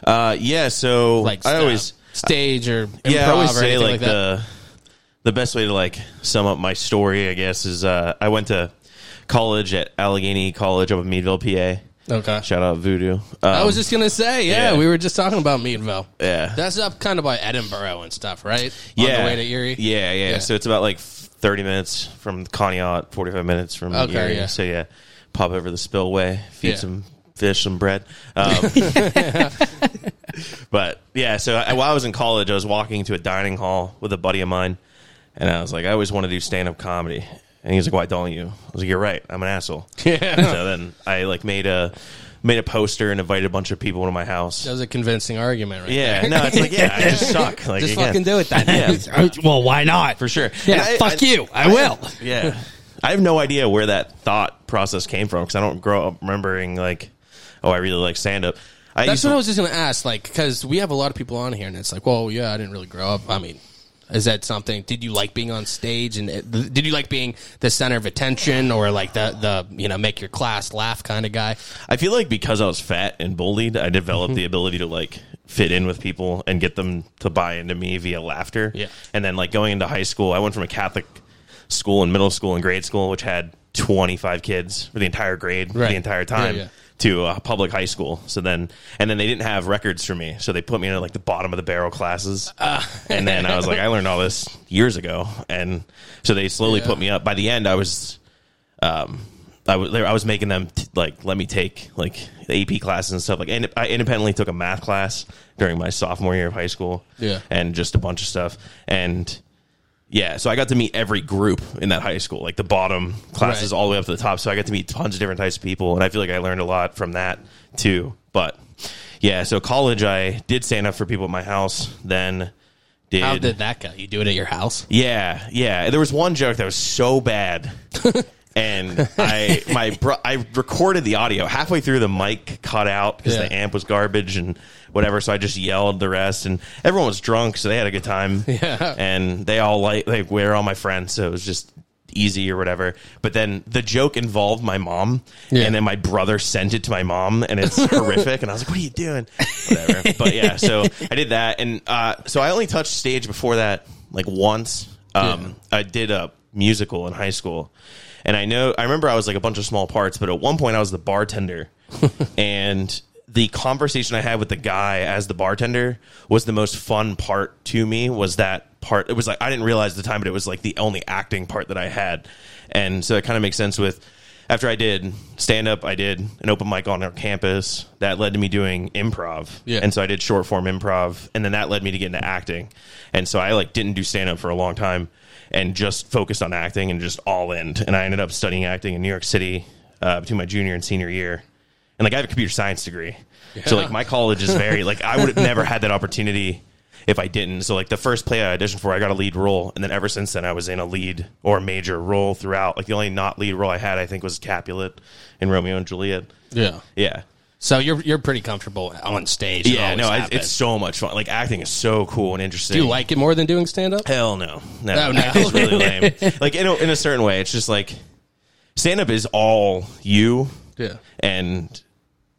Uh, yeah. So
like
I
uh,
always
stage or improv
yeah, I always
or
say
anything
like,
like, that?
the the best way to like sum up my story, I guess, is uh, I went to college at Allegheny College up in Meadville, PA.
Okay.
Shout out Voodoo. Um,
I was just gonna say, yeah,
yeah.
we were just talking about Meadville.
Yeah.
that's up kind of by Edinburgh and stuff, right?
yeah,
On the way to Erie.
Yeah, yeah,
Yeah.
So it's about like thirty minutes from Conneaut, forty five minutes from
Okay,
Erie.
yeah.
So yeah, pop over the spillway, feed
Yeah.
some fish, some bread. Um, but yeah, so I, while I was in college, I was walking to a dining hall with a buddy of mine, and I was like, I always want to do stand up comedy. And he was like, "Why don't you?" I was like, "You're right. I'm an asshole."
Yeah.
So then I like made a made a poster and invited a bunch of people to my house.
That was a convincing argument, right?
Yeah. No, it's like yeah, I just suck. Like
Just
again.
fucking do it then.
Yeah.
Well, why not?
For sure. And
Yeah,
I-
fuck
I-
you. I, will.
Yeah. I have no idea where that thought process came from because I don't grow up remembering like, oh, I really like stand up. I
That's
used
what
to-
I was just going to ask, like, because we have a lot of people on here, and it's like, well, yeah, I didn't really grow up. I mean, is that something? Did you like being on stage, and it, did you like being the center of attention, or like the the you know make your class laugh kind of guy?
I feel like because I was fat and bullied, I developed
Mm-hmm.
the ability to like fit in with people and get them to buy into me via laughter.
Yeah.
And then like going into high school, I went from a Catholic school and middle school and grade school, which had 25 kids for the entire grade,
Right.
the entire time.
Yeah, yeah.
To a public high school, so then and then they didn't have records for me, so they put me in like the bottom of the barrel classes,
Ah.
and then I was like, I learned all this years ago, and so they slowly
Yeah.
put me up. By the end, I was Um, I was I was making them t- like let me take like the AP classes and stuff like and I independently took a math class during my sophomore year of high school
Yeah.
and just a bunch of stuff and yeah so I got to meet every group in that high school like the bottom classes
Right.
all the way up to the top so I got to meet tons of different types of people and I feel like I learned a lot from that too but yeah so college I did stand up for people at my house then did
How did that go? You do it at your house?
yeah, yeah. There was one joke that was so bad. and I my bro- I recorded the audio halfway through. The mic cut out because the
Yeah.
amp was garbage and whatever. So I just yelled the rest, and everyone was drunk, so they had a good time.
Yeah.
and they all like like we're all my friends, so it was just easy or whatever. But then the joke involved my mom,
Yeah.
and then my brother sent it to my mom, and it's horrific. And I was like, "What are you doing?" Whatever. But yeah, so I did that, and uh, so I only touched stage before that like once. Um, I did a musical in high school, and I know I remember I was like a bunch of small parts, but at one point I was the bartender, and the conversation I had with the guy as the bartender was the most fun part to me. Was that part? It was like I didn't realize at the time, but it was like the only acting part that I had, and so it kind of makes sense with after I did stand up, I did an open mic on our campus. That led to me doing improv.
Yeah.
And so I did short form improv and then that led me to get into acting. And so I like didn't do stand up for a long time and just focused on acting and just all in. And I ended up studying acting in New York City uh, between my junior and senior year. And like I have a computer science degree. So like my college is very like I would have never had that opportunity if I didn't. So like the first play I auditioned for, I got a lead role, and then ever since then, I was in a lead or major role throughout. Like the only not lead role I had, I think, was Capulet in Romeo and Juliet.
Yeah.
Yeah,
So you're you're pretty comfortable on stage. It
yeah.
always
No, I,
happens.
it's so much fun. Like acting is so cool and interesting.
Do you like it more than doing stand up?
Hell no, no.
Oh, no.
Acting's really lame. Like in a, in a certain way, it's just like stand up is all you.
Yeah.
and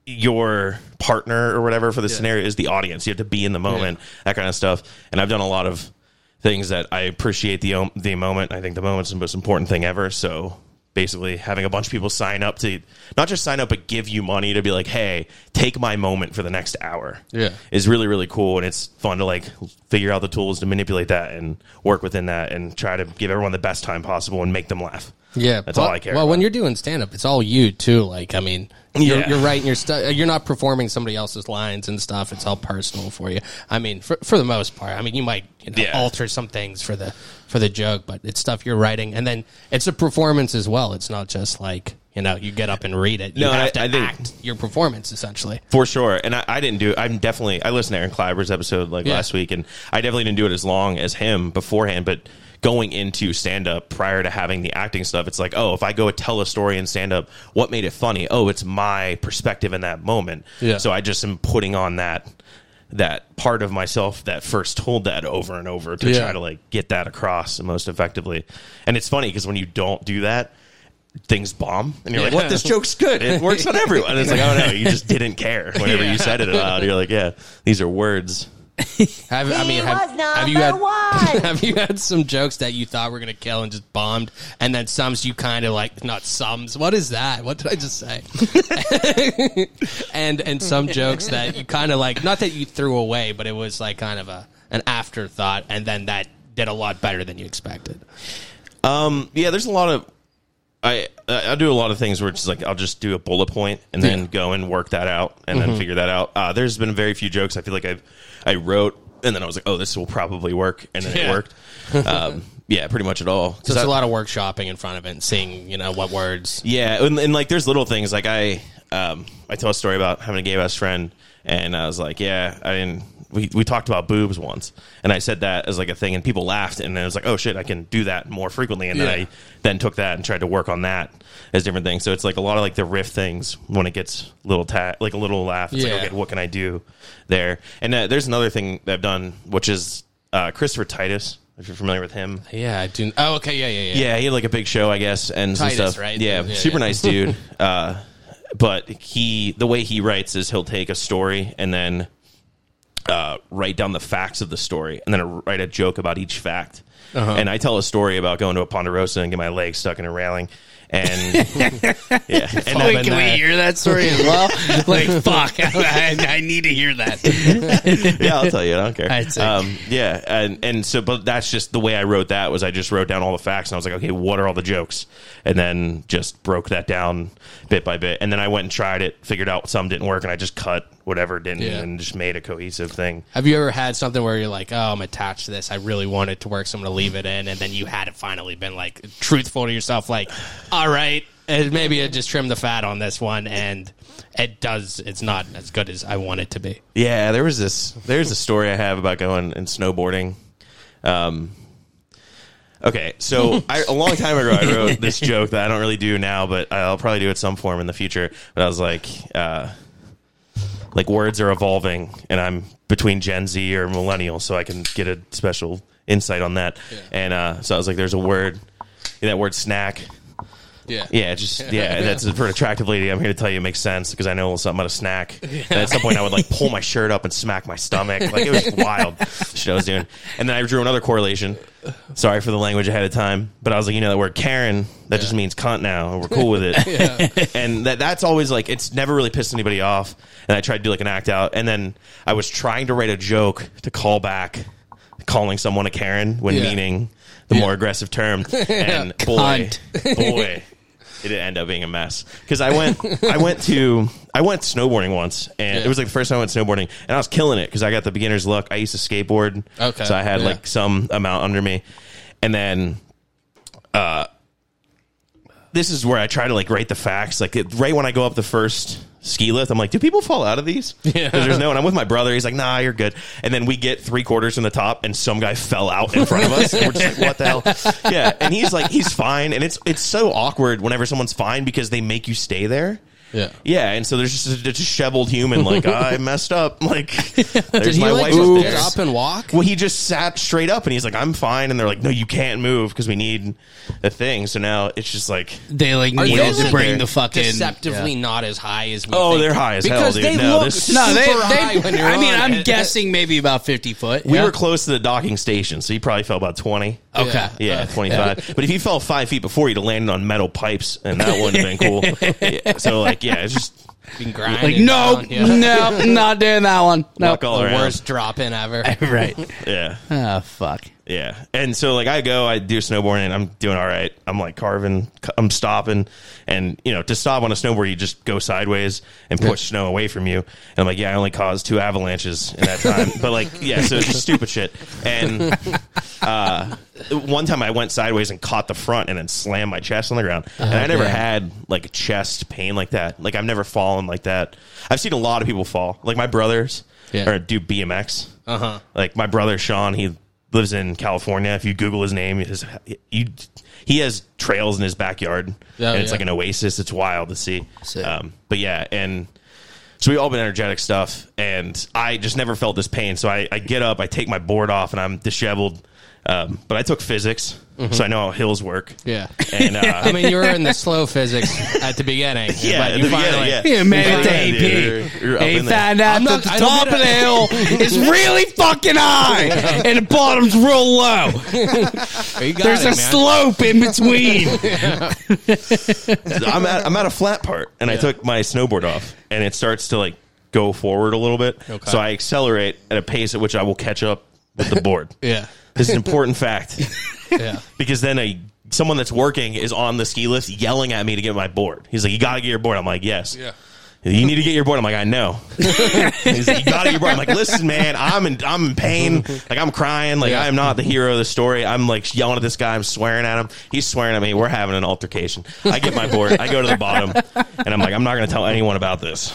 your partner or whatever for the scenario is the audience. You have to be in the moment, that kind of stuff. And I've done a lot of things that I appreciate the om- the moment. I think the moment's the most important thing ever. So basically, having a bunch of people sign up to not just sign up, but give you money to be like, hey, take my moment for the next hour.
Yeah.
is really really cool, and it's fun to like figure out the tools to manipulate that and work within that and try to give everyone the best time possible and make them laugh.
Yeah,
that's
but-
all I care.
Well,
about.
when you're doing stand up, it's all you too. Like, I mean, you're,
Yeah.
you're writing your stuff. You're not performing somebody else's lines and stuff. It's all personal for you. I mean, for, for the most part. I mean, you might you know,
Yeah.
alter some things for the for the joke, but it's stuff you're writing, and then it's a performance as well. It's not just like you know you get up and read it. You
No,
have
I-
to
I think-
act your performance essentially.
For sure. And I, I didn't do I'm definitely I listened to Aaron Kleiber's episode like
Yeah.
last week and I definitely didn't do it as long as him beforehand, but going into stand up prior to having the acting stuff, it's like, oh, if I go tell a story in stand up, what made it funny? Oh, it's my perspective in that moment.
Yeah.
So I just am putting on that that part of myself that first told that over and over to
Yeah.
try to like get that across most effectively. And it's funny because when you don't do that, things bomb and you're like,
Yeah.
what this joke's good. It works on everyone. And it's like, oh no, you just didn't care whenever you said it aloud. You're like, yeah, these are words.
Have, I
He
mean, have,
was
have you had
number one.
have you had some jokes that you thought were gonna kill and just bombed, and then sums you kind of like not sums. What is that? What did I just say? and and some jokes that you kind of like not that you threw away, but it was like kind of a an afterthought, and then that did a lot better than you expected.
Yeah, there's a lot of I I I do a lot of things where it's just like I'll just do a bullet point and then
Yeah. Mm-hmm.
go and work that out and then figure that out. Uh, there's been very few jokes I feel like I've I wrote and then I was like, oh, this will probably work, and then it
Yeah.
worked. Um, yeah, pretty much at all.
So it's
I-
a lot of workshopping in front of it, and seeing you know what words.
Yeah, and, and like there's little things like I um I tell a story about having a gay best friend, and I was like, yeah, I didn't. We, we talked about boobs once, and I said that as like a thing, and people laughed, and then I was like, oh shit, I can do that more frequently, and then
Yeah.
I then took that and tried to work on that as different things. So it's like a lot of like the riff things when it gets little ta- like a little laugh. It's
Yeah.
like okay, what can I do there? And uh, there's another thing that I've done, which is uh, Christopher Titus. If you're familiar with him,
Yeah, I do. Oh, okay, yeah, yeah, yeah.
yeah, he had like a big show, I guess, and some
Titus,
stuff.
right?
Yeah,
Yeah,
super
yeah.
nice dude. uh, but he, the way he writes is he'll take a story and then uh, write down the facts of the story and then write a joke about each fact. And I tell a story about going to a Ponderosa and get my leg stuck in a railing. And yeah, and
Oh,
Wait,
then,
can we
uh,
hear that story as well? like, fuck, I, I need to hear that.
yeah, I'll tell you. I don't care.
I'd say.
Um, yeah, and and so, but that's just the way I wrote that was I just wrote down all the facts and I was like, okay, what are all the jokes, and then just broke that down bit by bit, and then I went and tried it, figured out some didn't work, and I just cut whatever didn't,
Yeah.
and just made a cohesive thing.
Have you ever had something where you're like, oh, I'm attached to this. I really want it to work, so I'm going to leave it in. And then you had it finally been like truthful to yourself, like, all right, and maybe I just trim the fat on this one. And it does, it's not as good as I want it to be.
Yeah, there was this. There's a story I have about going and snowboarding. Um, Okay, so I, a long time ago, I wrote this joke that I don't really do now, but I'll probably do it some form in the future. But I was like, uh, like words are evolving, and I'm between Gen Z or millennial, so I can get a special insight on that. And uh, so I was like, there's a word, that word snack.
Yeah.
Yeah, just yeah. That's for an attractive lady. I'm here to tell you it makes sense because I know something about a snack. And at some point, I would like pull my shirt up and smack my stomach. Like it was wild shit I was doing. And then I drew another correlation. Sorry for the language ahead of time, but I was like, you know, that word Karen that just means cunt now. and We're cool with it. And that that's always like it's never really pissed anybody off. And I tried to do like an act out, and then I was trying to write a joke to call back calling someone a Karen when
Yeah.
meaning the more aggressive term. And boy,
Cunt.
boy, it did end up being a mess because I went, I went to, I went snowboarding once, and
Yeah.
it was like the first time I went snowboarding, and I was killing it because I got the beginner's luck. I used to skateboard,
Okay,
so I had
yeah.
like some amount under me, and then this is where I try to like write the facts. Like it, right when I go up the first ski lift, I'm like, do people fall out of these? Yeah. There's no, and I'm with my brother. He's like, nah, you're good. And then we get three quarters from the top, and some guy fell out in front of us. and we're just like, what the hell? Yeah. And he's like, he's fine. And it's it's so awkward whenever someone's fine because they make you stay there.
Yeah.
Yeah, and so there's just a disheveled human like I messed up. Like,
Did
there's
he
my
like
wife up there.
up and walk?
Well, he just sat straight up and he's like, "I'm fine," and they're like, "No, you can't move because we need the thing." So now it's just like
They like
Are
needed
those,
to
like,
bring the fucking
Deceptively not as high as we
Oh,
think.
they're high as hell,
because
dude.
they
No,
look
this-
super
No, they.
high when
they
you're
I mean,
on
I'm
it.
guessing maybe about fifty foot.
We
yeah?
were close to the docking station, so he probably fell about 20.
okay.
Yeah, 25. But if he fell five feet before, he'd have landed on metal pipes, and that wouldn't have been cool. Yeah, so, like, yeah, it's just
Been grinding
Like no,
down, yeah.
no, not doing that one. No,
luck all
the
around.
worst drop in ever.
right?
Yeah,
Ah, fuck.
yeah. And so, like, I go, I do snowboarding, I'm doing all right. I'm, like, carving, c- I'm stopping. And, you know, to stop on a snowboard, you just go sideways and push snow away from you. And I'm like, yeah, I only caused two avalanches in that time. but, like, yeah, so it's just stupid shit. And uh, one time I went sideways and caught the front and then slammed my chest on the ground. and I never had like chest pain like that. Like I've never fallen like that. I've seen a lot of people fall. Like my brothers
Yeah.
or do BMX. Uh
uh-huh.
huh. Like my brother Sean, he lives in California. If you Google his name, his you he has trails in his backyard,
Yeah,
and it's
yeah.
like an oasis. It's wild to see.
Sick.
Um, but yeah, and so we've all been energetic stuff, and I just never felt this pain. So I, I get up, I take my board off, and I'm disheveled. Um, but I took physics, so I know how hills work.
Mm-hmm. Yeah.
And uh,
I mean, you were in the slow physics at the beginning.
yeah,
but
at
you
the beginning,
finally,
yeah.
You made it to
Yeah,
AP.
dude, you're- you're up
They
in there.
found out
I'm
that
not-
the
I don't
top of
get
the hill is really fucking high, and the bottom's real low.
You got it,
There's a
man.
slope in between.
I'm at I'm at a flat part, and I took my snowboard off, and it starts to like go forward a little bit.
Okay.
So I accelerate at a pace at which I will catch up with the board.
Yeah.
This is an important fact.
Yeah.
because then a someone that's working is on the ski lift yelling at me to get my board. He's like, "You got to get your board." I'm like, "Yes."
Yeah.
You need to get your board. I'm like, I know. He's like, you got to get your board. I'm like, listen, man, I'm in, I'm in pain. Like, I'm crying. Like,
Yeah.
I am not the hero of the story. I'm like yelling at this guy. I'm swearing at him. He's swearing at me. We're having an altercation. I get my board. I go to the bottom, and I'm like, I'm not going to tell anyone about this.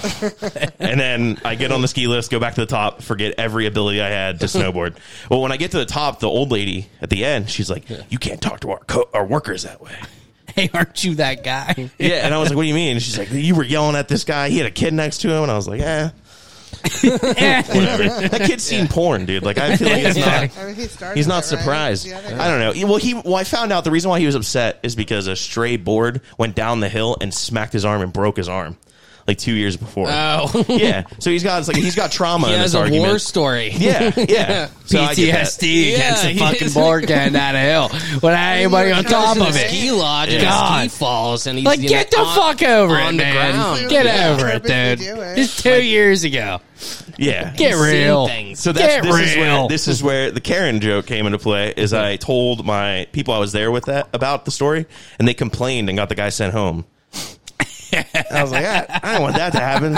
And then I get on the ski lift, go back to the top, forget every ability I had to snowboard. well, when I get to the top, the old lady at the end, she's like, "You can't talk to our co- our workers that way."
hey, aren't you that guy?
Yeah, and I was like, "What do you mean?" And she's like, "You were yelling at this guy. He had a kid next to him." And I was like, "Yeah." Whatever. That kid's seen porn, dude. Like I feel like it's not.
I mean, he started
He's not
it, right?
surprised.
The other
I don't know. He- Well, he. Well, I found out the reason why he was upset is because a stray board went down the hill and smacked his arm and broke his arm, like two years before.
Oh.
yeah. So he's got it's like he's got trauma
He
in
has
this
a
argument.
war story.
Yeah, yeah. So I get that.
PTSD
Yeah,
against the
he
fucking
is.
board getting down a hill without anybody on
Goes
top
to the
of
Ski
it.
lodge. and
God.
Ski falls and he's
Like,
you
get the
know, on-
fuck over it,
on the
man.
ground.
Get
Yeah.
over it,
Purposely
dude.
do it.
It's two years ago.
Yeah.
Get
He's seen
real.
things.
So that's
Get
this is
real.
where this is where the Karen joke came into play. Is I told my people I was there with that about the story, and they complained and got the guy sent home. I was like, I, I don't want that to happen.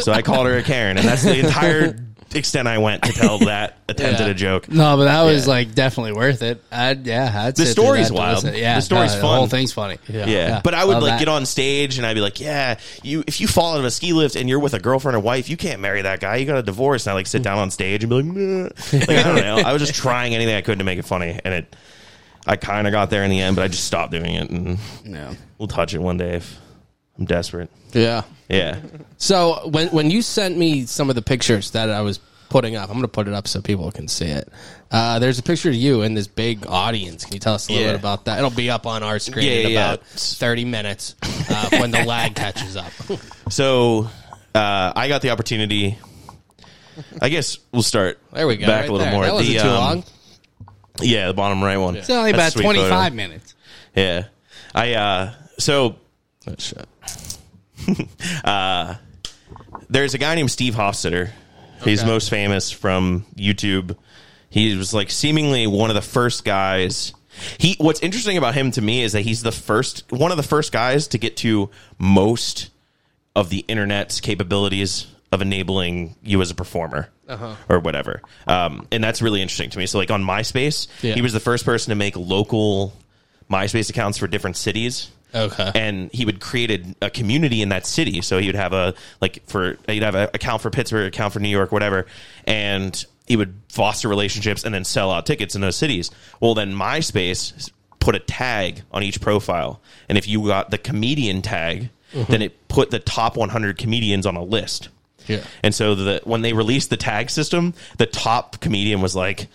So I called her a Karen, and that's the entire extent I went to tell that attempt at
Yeah.
a joke.
No, but that was
Yeah.
like definitely worth it. I'd, yeah, I'd
The
sit through
story's
that to
wild.
listen. Yeah,
The story's
no, The
fun.
whole thing's funny.
Yeah. But I would
Love
like
that.
get on stage and I'd be like, yeah, you if you fall out of a ski lift and you're with a girlfriend or wife, you can't marry that guy. You got a divorce. And I like sit down on stage and be like, "Meh." like I don't know. I was just trying anything I could to make it funny and it I kind of got there in the end, but I just stopped doing it, and
Yeah.
we'll touch it one day if I'm desperate.
Yeah.
Yeah,
So when when you sent me some of the pictures that I was putting up, I'm going to put it up so people can see it. Uh, there's a picture of you in this big audience. Can you tell us a little
Yeah.
bit about that? It'll be up on our screen
Yeah,
in
yeah,
about 30 minutes uh, when the lag catches up.
so uh, I got the opportunity. I guess we'll start.
There we go.
Back
right
a little
there.
more.
That wasn't
The,
too
um,
long.
Yeah, the bottom right one.
It's only
That's
about
a sweet photo.
25 minutes.
Yeah, I uh, so
That shit.
Oh, Uh, there's a guy named Steve Hofstetter. He's
Okay.
most famous from YouTube. He was like seemingly one of the first guys. He what's interesting about him to me is that he's the first one of the first guys to get to most of the internet's capabilities of enabling you as a performer
Uh-huh.
or whatever. Um, and that's really interesting to me. So like on MySpace,
Yeah.
he was the first person to make local MySpace accounts for different cities
Okay.
and he would create a, a community in that city. So he would have a like for he'd have an account for Pittsburgh, account for New York, whatever, and he would foster relationships and then sell out tickets in those cities. Well, then MySpace put a tag on each profile, and if you got the comedian tag, then it put the top 100 comedians on a list.
Yeah.
And so the when they released the tag system, the top comedian was like,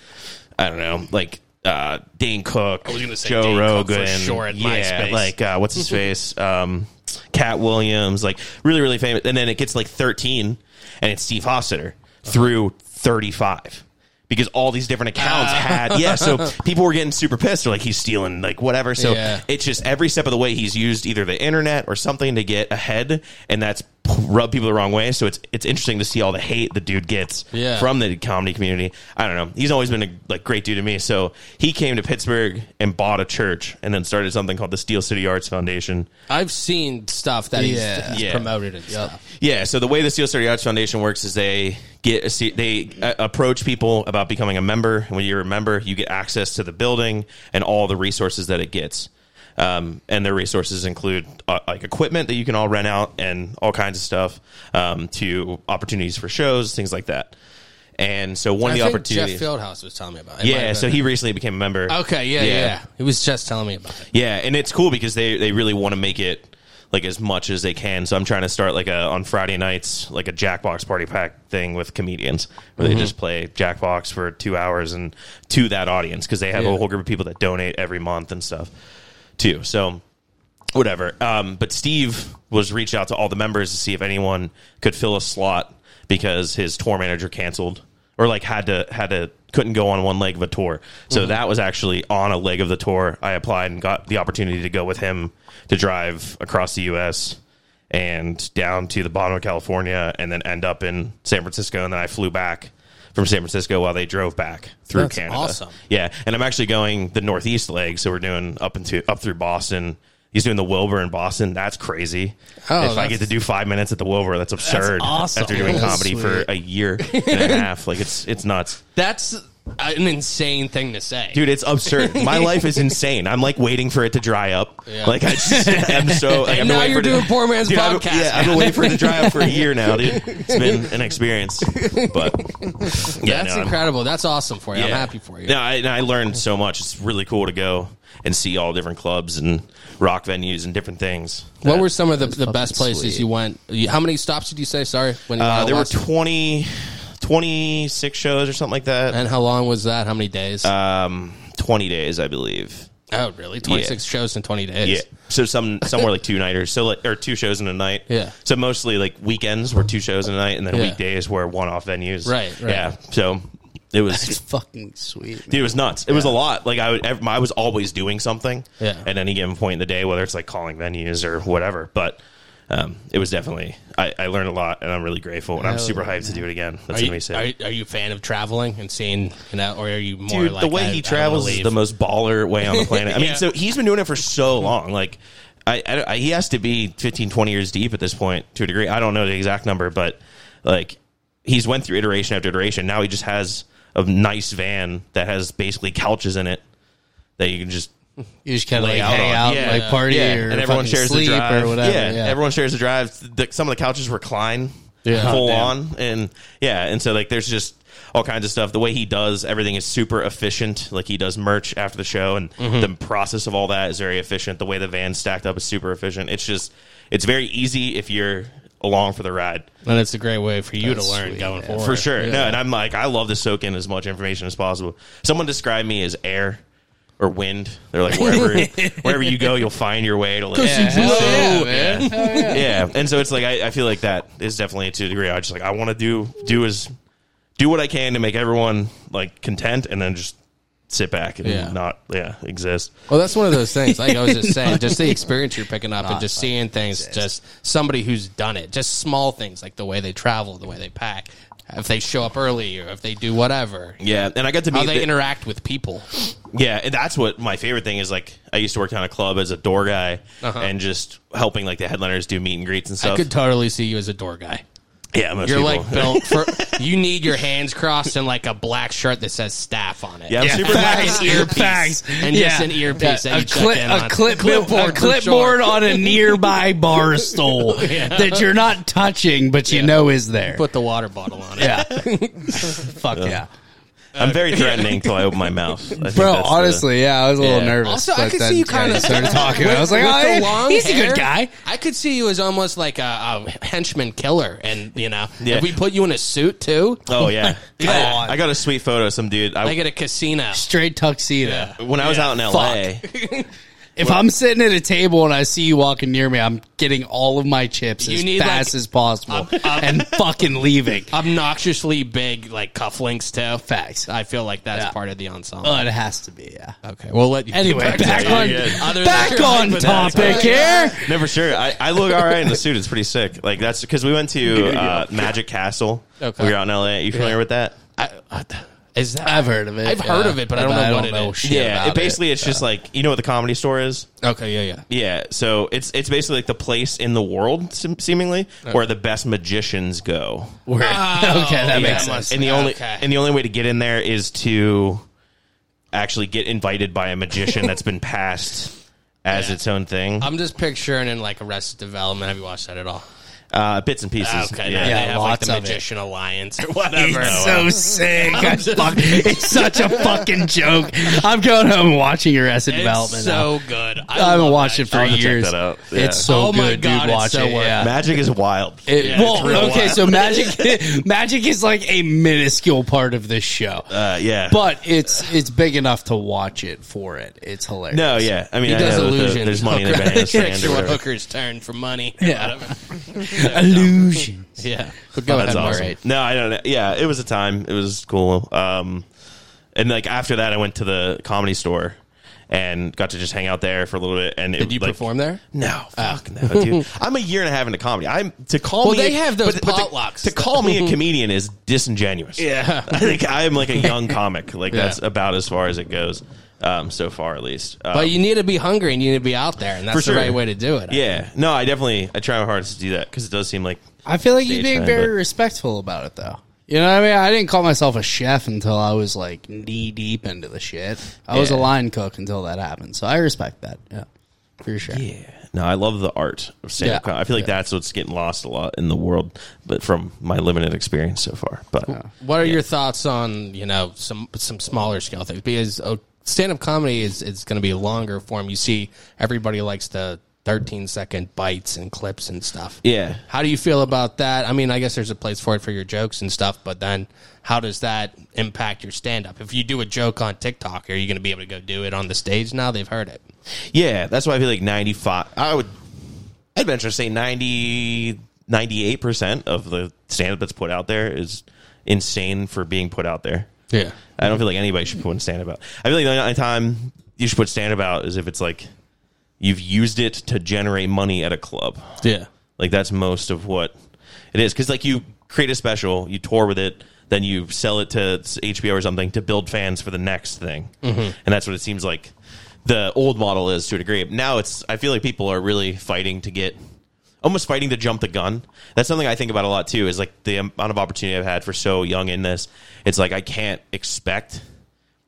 I don't know, like uh, Dane Cook, I
was gonna say
Joe
Dane Cook for
Rogan,
sure at
yeah,
MySpace.
like uh, what's his face, um, Cat Williams, like really really famous. And then it gets like thirteen, and it's Steve Hofstetter through thirty five. Because all these different
Ah.
accounts had, yeah. So people were getting super pissed. They're like, he's stealing, like whatever. So
Yeah.
it's just every step of the way he's used either the internet or something to get ahead, and that's p- rub people the wrong way. So it's it's interesting to see all the hate the dude gets
Yeah.
from the comedy community. I don't know. He's always been a like great dude to me. So he came to Pittsburgh and bought a church, and then started something called the Steel City Arts Foundation.
I've seen stuff that he's,
Yeah.
he's
Yeah.
promoted and stuff.
Yeah. So the way the Steel City Arts Foundation works is they get they uh, approach people about becoming a member. And when you're a member, you get access to the building and all the resources that it gets. Um, and their resources include uh, like equipment that you can all rent out and all kinds of stuff um, to opportunities for shows, things like that. And so one
I
of the
think
opportunities,
Jeff Fieldhouse was telling me about it. It might
yeah.
have
So
been-
he recently became a member.
Okay, yeah, yeah, yeah. He was just telling me about it.
Yeah, and it's cool because they they really want to make it like as much as they can. So I'm trying to start like a on Friday nights like a Jackbox party pack thing with comedians where they just play Jackbox for two hours and to that audience because they have
Yeah.
a whole group of people that donate every month and stuff too. So whatever. Um, but Steve was reached out to all the members to see if anyone could fill a slot because his tour manager canceled or like had to had to couldn't go on one leg of a tour.
Mm-hmm.
So that was actually on a leg of the tour. I applied and got the opportunity to go with him to drive across the U.S. and down to the bottom of California and then end up in San Francisco. And then I flew back from San Francisco while they drove back through
That's
Canada.
awesome.
Yeah, and I'm actually going the northeast leg, so we're doing up into up through Boston. He's doing the Wilbur in Boston. That's crazy.
Oh,
if I
that's-
get to do five minutes at the Wilbur, that's absurd.
awesome.
After doing
That's
comedy for
sweet.
a year and a half, like it's it's nuts,
That's an insane thing to say.
dude. It's absurd. My life is insane. I'm like waiting for it to dry up.
Yeah.
Like I just am so. Like, I've been
now
waiting
you're
for it to-
doing poor man's
Dude, I've been-
podcast,
yeah, I've been waiting for it to dry up for a year now, dude. It's been an experience, but yeah,
That's
no, I'm-
incredible. That's awesome for you. I'm
Yeah.
happy for you.
No, I, and I learned so much. It's really cool to go and see all different clubs and rock venues and different things.
What
that-
were some of the, the best places
sweet.
you went? You- How many stops did you say? Sorry, when you
uh,
went
there were
last?
20, 26 shows or something like that.
and how long was that? How many days?
Um, twenty days, I believe.
oh, really? Twenty six shows in twenty days.
Yeah. So some somewhere like two nighters. So like or two shows in a night.
Yeah.
So mostly like weekends were two shows in a night, and then
Yeah.
weekdays were one off venues.
Right, right.
Yeah. So it was
Fucking sweet.
Dude, it was nuts. It was a lot. Like I, would, ev- I was always doing something
Yeah.
at any given point in the day, whether it's like calling venues or whatever. But um, it was definitely. I, I learned a lot, and I'm really grateful, and I'm super hyped to do it again. That's
Are
gonna
you,
be sick.
are, you- are you a fan of traveling and seeing, you know, or are you more
Dude,
like
the way
I- I
he
don't
travels
wanna
is
leave?
the most baller way on the planet. I mean,
Yeah.
so he's been doing it for so long. Like, I, I don't- I- he has to be 15, 20 years deep at this point to a degree. I don't know the exact number, but like he's went through iteration after iteration. Now he just has a nice van that has basically couches in it that you can just
You just kind of
lay
like
out
hang
on.
out,
Yeah.
like party,
yeah.
or
and everyone
fucking
shares
sleep
the drive
or whatever.
Yeah,
Yeah,
everyone shares the drive. The, some of the couches recline,
Yeah.
full
Oh, damn.
on, and yeah, and so like there's just all kinds of stuff. The way he does everything is super efficient. Like he does merch after the show, and
Mm-hmm.
the process of all that is very efficient. The way the van's stacked up is super efficient. It's just it's very easy if you're along for the ride
And it's a great way for you
That's
to learn
sweet,
going
yeah.
forward.
for sure. No, and I'm like, I love to soak in as much information as possible. Someone described me as air or wind. They're like, wherever wherever you go, you'll find your way to like,
Yeah, hell yeah, man.
yeah. And so it's like I, I feel like that is definitely to a degree. I just like I want to do do as do what I can to make everyone like content, and then just sit back and
Yeah.
not yeah exist.
Well, that's one of those things. Like I was just saying, just the experience you're picking up and just seeing things, just somebody who's done it, just small things like the way they travel, the way they pack, if they show up early or if they do whatever,
Yeah, and I got to meet
how they
the-
interact with people.
Yeah, and that's what my favorite thing is. Like, I used to work down a club as a door guy, and just helping like the headliners do meet and greets and
Uh-huh. I
stuff.
could totally see you as a door guy.
yeah, most
You're
people.
like built for. you need your hands crossed and like a black shirt that says staff on it.
Yeah, I'm
And
super
black
nice.
an earpiece
Facts.
and just
Yeah.
an earpiece that
a,
you check
clip,
in
a
on.
clipboard, a
for sure.
clipboard on a nearby bar stool that you're not touching, but you know is there.
Put the water bottle on it.
yeah, fuck yeah,
I'm very threatening until I open my mouth. I think
bro.
that's the-
Honestly, yeah, I was a little
Yeah.
nervous.
Also, I
but
could
then,
see you
yeah,
kind of
started talking. I was like,
with
oh,
the
yeah,
long
he's a
hair,
good guy.
I could see you as almost like a, a henchman killer, and you know,
Yeah.
if we put you in a suit too,
oh yeah,
God.
I, I got a sweet photo. of Some dude. I,
like at a casino.
Straight tuxedo.
when I was out in L.A.
If I'm sitting at a table and I see you walking near me, I'm getting all of my chips
You
as
need,
fast
like,
as possible and fucking leaving.
Obnoxiously big, like cufflinks too.
Facts.
I feel like that's
Yeah.
part of the ensemble.
Oh, it has to be. Yeah.
okay, we'll let you.
Anyway, back
Yeah,
on
yeah.
Other than
back
your
on
hypothetical.
topic here.
Never sure. I, I look all right in the suit. It's pretty sick. Like that's because we went to uh, Magic Castle.
Okay.
We were out in L.A. You familiar with that?
I, I, is that
I've heard of it.
I've heard of it, but I don't know what it is.
shit
Yeah.
about
It basically, it's just like you know what the comedy store is.
okay? Yeah, yeah.
Yeah, so it's it's basically like the place in the world, se- seemingly, where the best magicians go.
Word. okay, that
Oh, Yeah.
makes sense.
And the only
Okay.
and the only way to get in there is to actually get invited by a magician that's been passed as its own thing,
I'm just picturing in like Arrested Development. Have you watched that at all?
uh, bits and pieces.
Okay,
yeah.
they
Yeah,
have like
lots
the
of it.
Magician Oh, Alliance or whatever.
It's so sick. I fuck- it's such a fucking joke. I'm going home and watching Arrested Development.
It's
now.
so good. I,
I haven't
love
watched it
that
for
I'll have to check
years.
that out. Yeah.
It's so
Oh my
good,
God,
dude.
it's
Watch
so
it.
worth
Yeah.
Magic is wild.
It-
Yeah, it's real
well, okay,
wild.
so magic, magic is like a minuscule part of this show,
uh, yeah,
but it's it's big enough to watch it for it. It's hilarious.
no, yeah. I mean,
He
I
does
know that the-
illusion.
there's money in the
Hooker-
banana stand.
Picture
or
what
whatever.
hookers turn for money.
Yeah. Oh,
Whatever.
illusions.
yeah. But go
Oh, That's
ahead,
awesome.
Murray.
No, I don't know. Yeah, it was a time. It was cool. Um, and like after that, I went to the comedy store and got to just hang out there for a little bit. And it,
Did you
like-
perform there?
No, fuck no, dude. I'm a year and a half into comedy. I'm to call
Well,
me.
they
a-
have those
to-
potlucks.
To, call me a comedian is disingenuous.
Yeah.
I think I am like a young comic. Like that's about as far as it goes, um, so far at least. Um,
But you need to be hungry and you need to be out there, and that's
For
the
sure.
right way to do it.
yeah, no, I definitely I try my hardest to do that because it does seem like
I feel like you're
Stage
being
time,
very
but-
respectful about it, though. You know what I mean? I didn't call myself a chef until I was like knee deep into the shit. I was a
Yeah.
line cook until that happened, so I respect that. Yeah, for sure.
Yeah. No, I love the art of stand up
Yeah.
comedy. I feel like that's what's getting lost a lot in the world, but from my limited experience so far. But
What are your thoughts on you know some some smaller scale things? Because stand up comedy is it's going to be longer form. You see, everybody likes the 13 second bites and clips and stuff.
Yeah.
How do you feel about that? I mean, I guess there's a place for it for your jokes and stuff, but then how does that impact your stand up? If you do a joke on TikTok, are you going to be able to go do it on the stage now? They've heard it.
yeah, that's why I feel like 95 I would I'd venture to say 90 98% of the stand up that's put out there is insane for being put out there.
Yeah.
I don't feel like anybody should put stand up out. I feel like the only time you should put stand up out is if it's like you've used it to generate money at a club.
Yeah.
Like that's most of what it is. Because like you create a special, you tour with it, then you sell it to HBO or something to build fans for the next thing, and that's what it seems like the old model is to a degree. Now it's I feel like people are really fighting to get. Almost fighting to jump the gun. That's something I think about a lot too. Is like the amount of opportunity I've had for so young in this. It's like I can't expect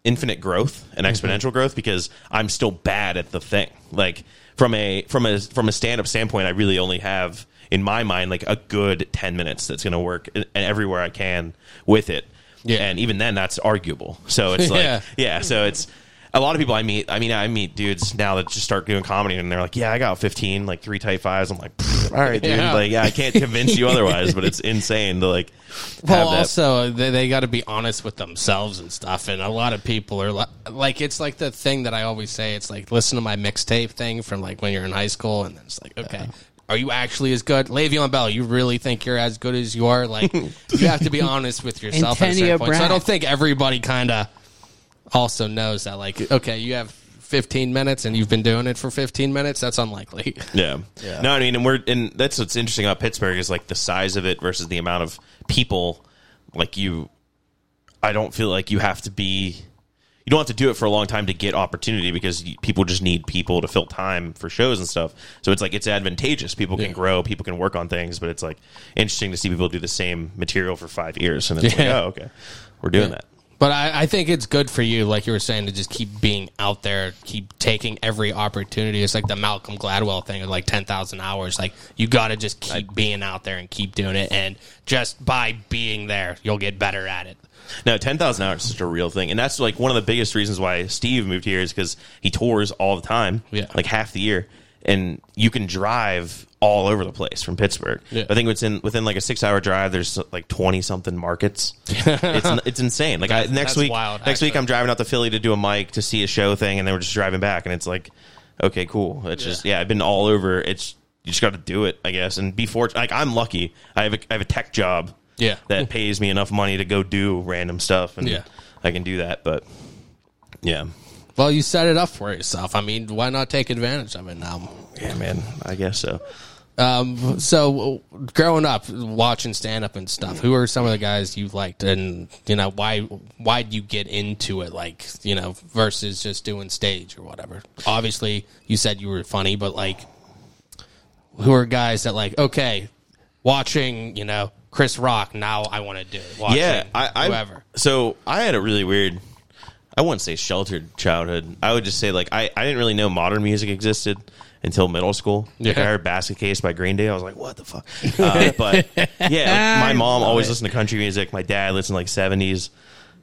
infinite growth and
Mm-hmm.
exponential growth because I'm still bad at the thing. Like from a from a from a stand up standpoint, I really only have in my mind like a good ten minutes that's going to work and everywhere I can with it.
Yeah.
and even then that's arguable. So it's like
Yeah.
yeah. so it's a lot of people I meet. I mean, I meet dudes now that just start doing comedy, and they're like, "Yeah, I got 15, like three type fives. I'm like, "Pfft, "All right, dude.
Yeah.
Like, yeah, I can't convince you otherwise." But it's insane to like
Well,
have that.
also they, they got to be honest with themselves and stuff. And a lot of people are li- like, it's like the thing that I always say. It's like listen to my mixtape thing from like when you're in high school, and then it's like, okay, are you actually as good, Le'Veon Bell? You really think you're as good as you are? Like you have to be honest with yourself at a certain
Antonio
point. So I
Brown.
don't think everybody kind of also knows that. Like, okay, you have 15 minutes, and you've been doing it for 15 minutes. That's unlikely.
Yeah. No, I mean, and we're and that's what's interesting about Pittsburgh is like the size of it versus the amount of people. Like you, I don't feel like you have to be. You don't have to do it for a long time to get opportunity because you, people just need people to fill time for shows and stuff. So it's like it's advantageous. People can
Yeah.
grow, people can work on things, but it's like interesting to see people do the same material for five years and it's
Yeah.
like, oh, okay, we're doing that.
But I, I think it's good for you, like you were saying, to just keep being out there, keep taking every opportunity. It's like the Malcolm Gladwell thing of like 10,000 hours. Like, you got to just keep being out there and keep doing it. And just by being there, you'll get better at it.
No, ten thousand hours is such a real thing, and that's like one of the biggest reasons why Steve moved here is because he tours all the time,
Yeah.
like half the year, and you can drive all over the place from Pittsburgh.
Yeah.
I think it's in within like a six-hour drive. There's like twenty something markets. it's it's insane. Like I, next
that's
week,
wild,
next week
actually.
I'm driving out to Philly to do a mic to see a show thing, and then we're just driving back, and it's like, okay, cool. It's just yeah, I've been all over. It's you just got to do it, I guess, and be fortunate. Like I'm lucky. I have a, I have a tech job
Yeah.
that pays me enough money to go do random stuff and
Yeah.
I can do that but yeah
Well, you set it up for yourself. I mean, why not take advantage of it now?
yeah man I guess so
Um, so, w- growing up, watching stand up and stuff, who are some of the guys you liked, and you know why? Why would you get into it? Like you know, versus just doing stage or whatever. Obviously, you said you were funny, but like, who are guys that like? Okay, watching you know Chris Rock. Now I want to do it. Watching
yeah I, I
whoever.
so I had a really weird I wouldn't say sheltered childhood I would just say like I, I didn't really know modern music existed until middle school like I
Yeah.
heard Basket Case by Green Day I was like what the fuck uh, but yeah like, my mom always listened to country music my dad listened to like 70s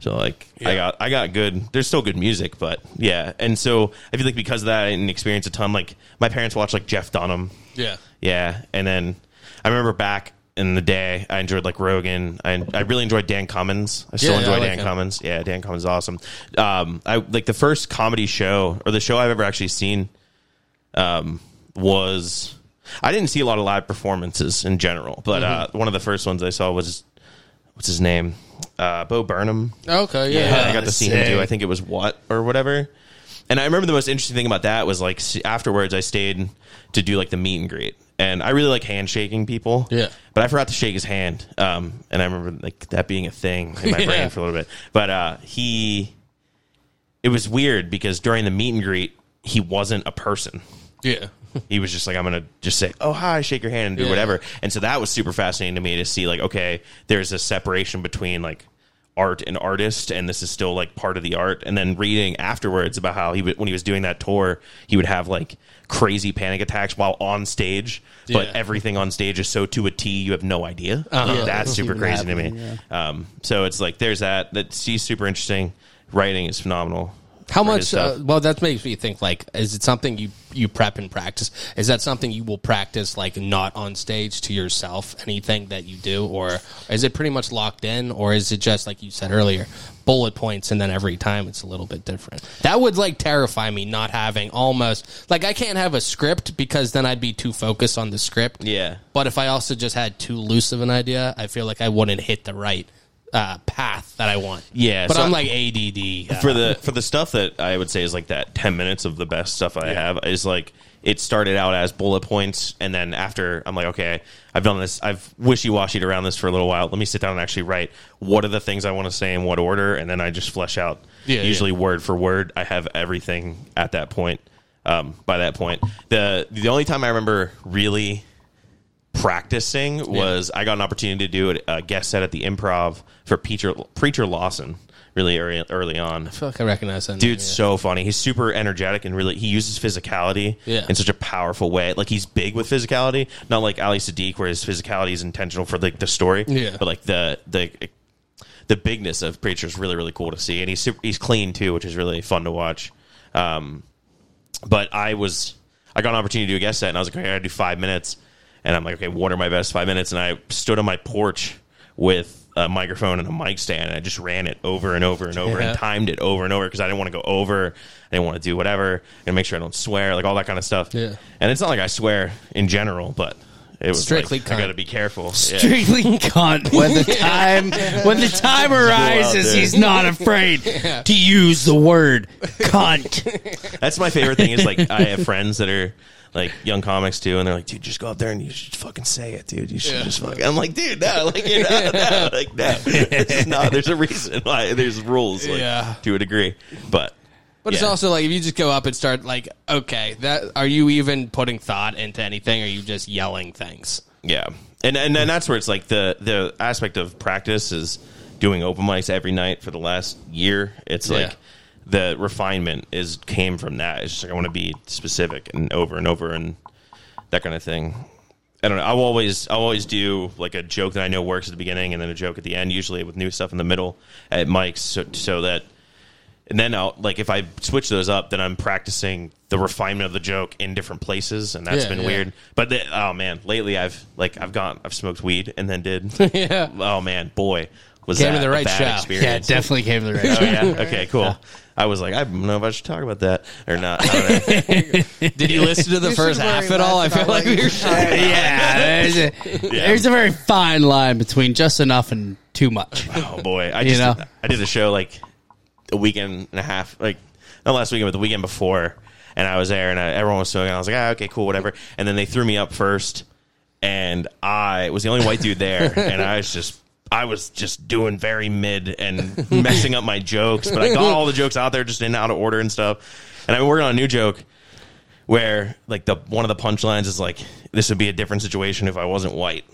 So like I got I got good. There's still good music, but yeah. And so I feel like because of that, I didn't experience a ton. Like my parents watched like Jeff Dunham,
Yeah,
yeah. And then I remember back in the day, I enjoyed like Rogan. I I really enjoyed Dan Cummins. I still
Yeah, yeah,
enjoy
I like
Dan
him.
Cummins. Yeah, Dan Cummins is awesome. Um, I like the first comedy show or the show I've ever actually seen. Um, was I didn't see a lot of live performances in general, but
Mm-hmm.
uh, one of the first ones I saw was what's his name, uh, Bo Burnham.
okay, yeah.
I got to see him do. I think it was what or whatever. And I remember the most interesting thing about that was like s- afterwards, I stayed to do like the meet and greet, and I really like handshaking people.
Yeah.
but I forgot to shake his hand. Um, and I remember like that being a thing in my
Yeah.
brain for a little bit. But uh, he, it was weird because during the meet and greet, he wasn't a person
yeah.
he was just like, I'm gonna just say, oh hi, shake your hand and do
Yeah.
whatever. And so that was super fascinating to me to see like, okay, there's a separation between like art and artist, and this is still like part of the art. And then reading afterwards about how he would, when he was doing that tour, he would have like crazy panic attacks while on stage,
Yeah. Uh-huh.
but everything on stage is so to a T, you have no idea. Like, That's super crazy to me. Um, so it's like there's that. That's he's super interesting. Writing is phenomenal.
How
for his
much?
stuff.
Uh, well, that makes me think. Like, is it something you you prep and practice? Is that something you will practice, like not on stage to yourself? Anything that you do, or is it pretty much locked in, or is it just like you said earlier, bullet points, and then every time it's a little bit different? That would like terrify me not having almost like I can't have a script because then I'd be too focused on the script.
Yeah.
But if I also just had too loose of an idea, I feel like I wouldn't hit the right uh, path that I want.
Yeah,
But
so-
I'm like ADD. uh,
for the for the stuff that I would say is like that ten minutes of the best stuff I have is like it started out as bullet points and then after I'm like okay I've done this I've wishy washied around this for a little while let me sit down and actually write what are the things I want to say in what order and then I just flesh out
Yeah,
usually word for word I have everything at that point um, by that point the the only time I remember really practicing was I got an opportunity to do a guest set at the improv for Peter Preacher Lawson really early, early on
I feel like I recognize that. name,
Dude's
yeah.
so funny. He's super energetic and really he uses physicality
Yeah.
in such a powerful way. Like he's big with physicality, not like Ali Sadiq, where his physicality is intentional for like the story.
Yeah.
But like the the the bigness of Preacher is really really cool to see, and he's super, he's clean too, which is really fun to watch. Um, but I was I got an opportunity to do a guest set, and I was like, okay, I gotta do five minutes, and I'm like, okay, what are my best five minutes? And I stood on my porch with a microphone and a mic stand, and I just ran it over and over and over
Yeah.
and timed it over and over because I didn't want to go over, I didn't want to do whatever, and make sure I don't swear, like all that kind of stuff.
Yeah.
and it's not like I swear in general, but. It was
Strictly
like, I
cunt.
got to be careful. Yeah.
Strictly cunt. When the time when the time arises,
there.
he's not afraid to use the word cunt.
That's my favorite thing. Is like I have friends that are like young comics too, and they're like, "Dude, just go up there and you should fucking say it, dude. You should just fucking." I'm like, "Dude, no, like you know, no, like no, it's not. There's a reason why. There's rules, like,
Yeah.
to a degree, but."
But it's
Yeah.
also like if you just go up and start like, okay, that are you even putting thought into anything? Or are you just yelling things?
Yeah, and and then that's where it's like the the aspect of practice is doing open mics every night for the last year. It's
Yeah.
like the refinement is came from that. It's just like I want to be specific and over and over and that kind of thing. I don't know. I'll always I'll always do like a joke that I know works at the beginning and then a joke at the end, usually with new stuff in the middle at mics, so, so that and then I'll like if I switch those up, then I'm practicing the refinement of the joke in different places, and that's
Yeah,
been
yeah.
weird. But the, oh man, lately I've like I've gone, I've smoked weed and then did.
Yeah.
Oh man, boy, was
Came to
that
the
a
right
bad
shop.
Yeah,
experience?
definitely came to the right.
Oh yeah. Okay. Cool. I was like, I don't know if I should talk about that or not. I don't know.
Did you listen to the
You
first
should worry
half at all? I
less
feel
about
like
what
we were.
you
shit.
yeah, there's a, there's a very fine line between just enough and too much.
oh boy, I
You
just
know?
I did a show like a weekend and a half, like not last weekend, but the weekend before, and I was there, and I, everyone was smoking. I was like, ah, okay, cool, whatever. And then they threw me up first, and I was the only white dude there, and I was just. I was just doing very mid and messing up my jokes, but I got all the jokes out there just in out of order and stuff. And I've been working on a new joke where like the one of the punchlines is like this would be a different situation if I wasn't white.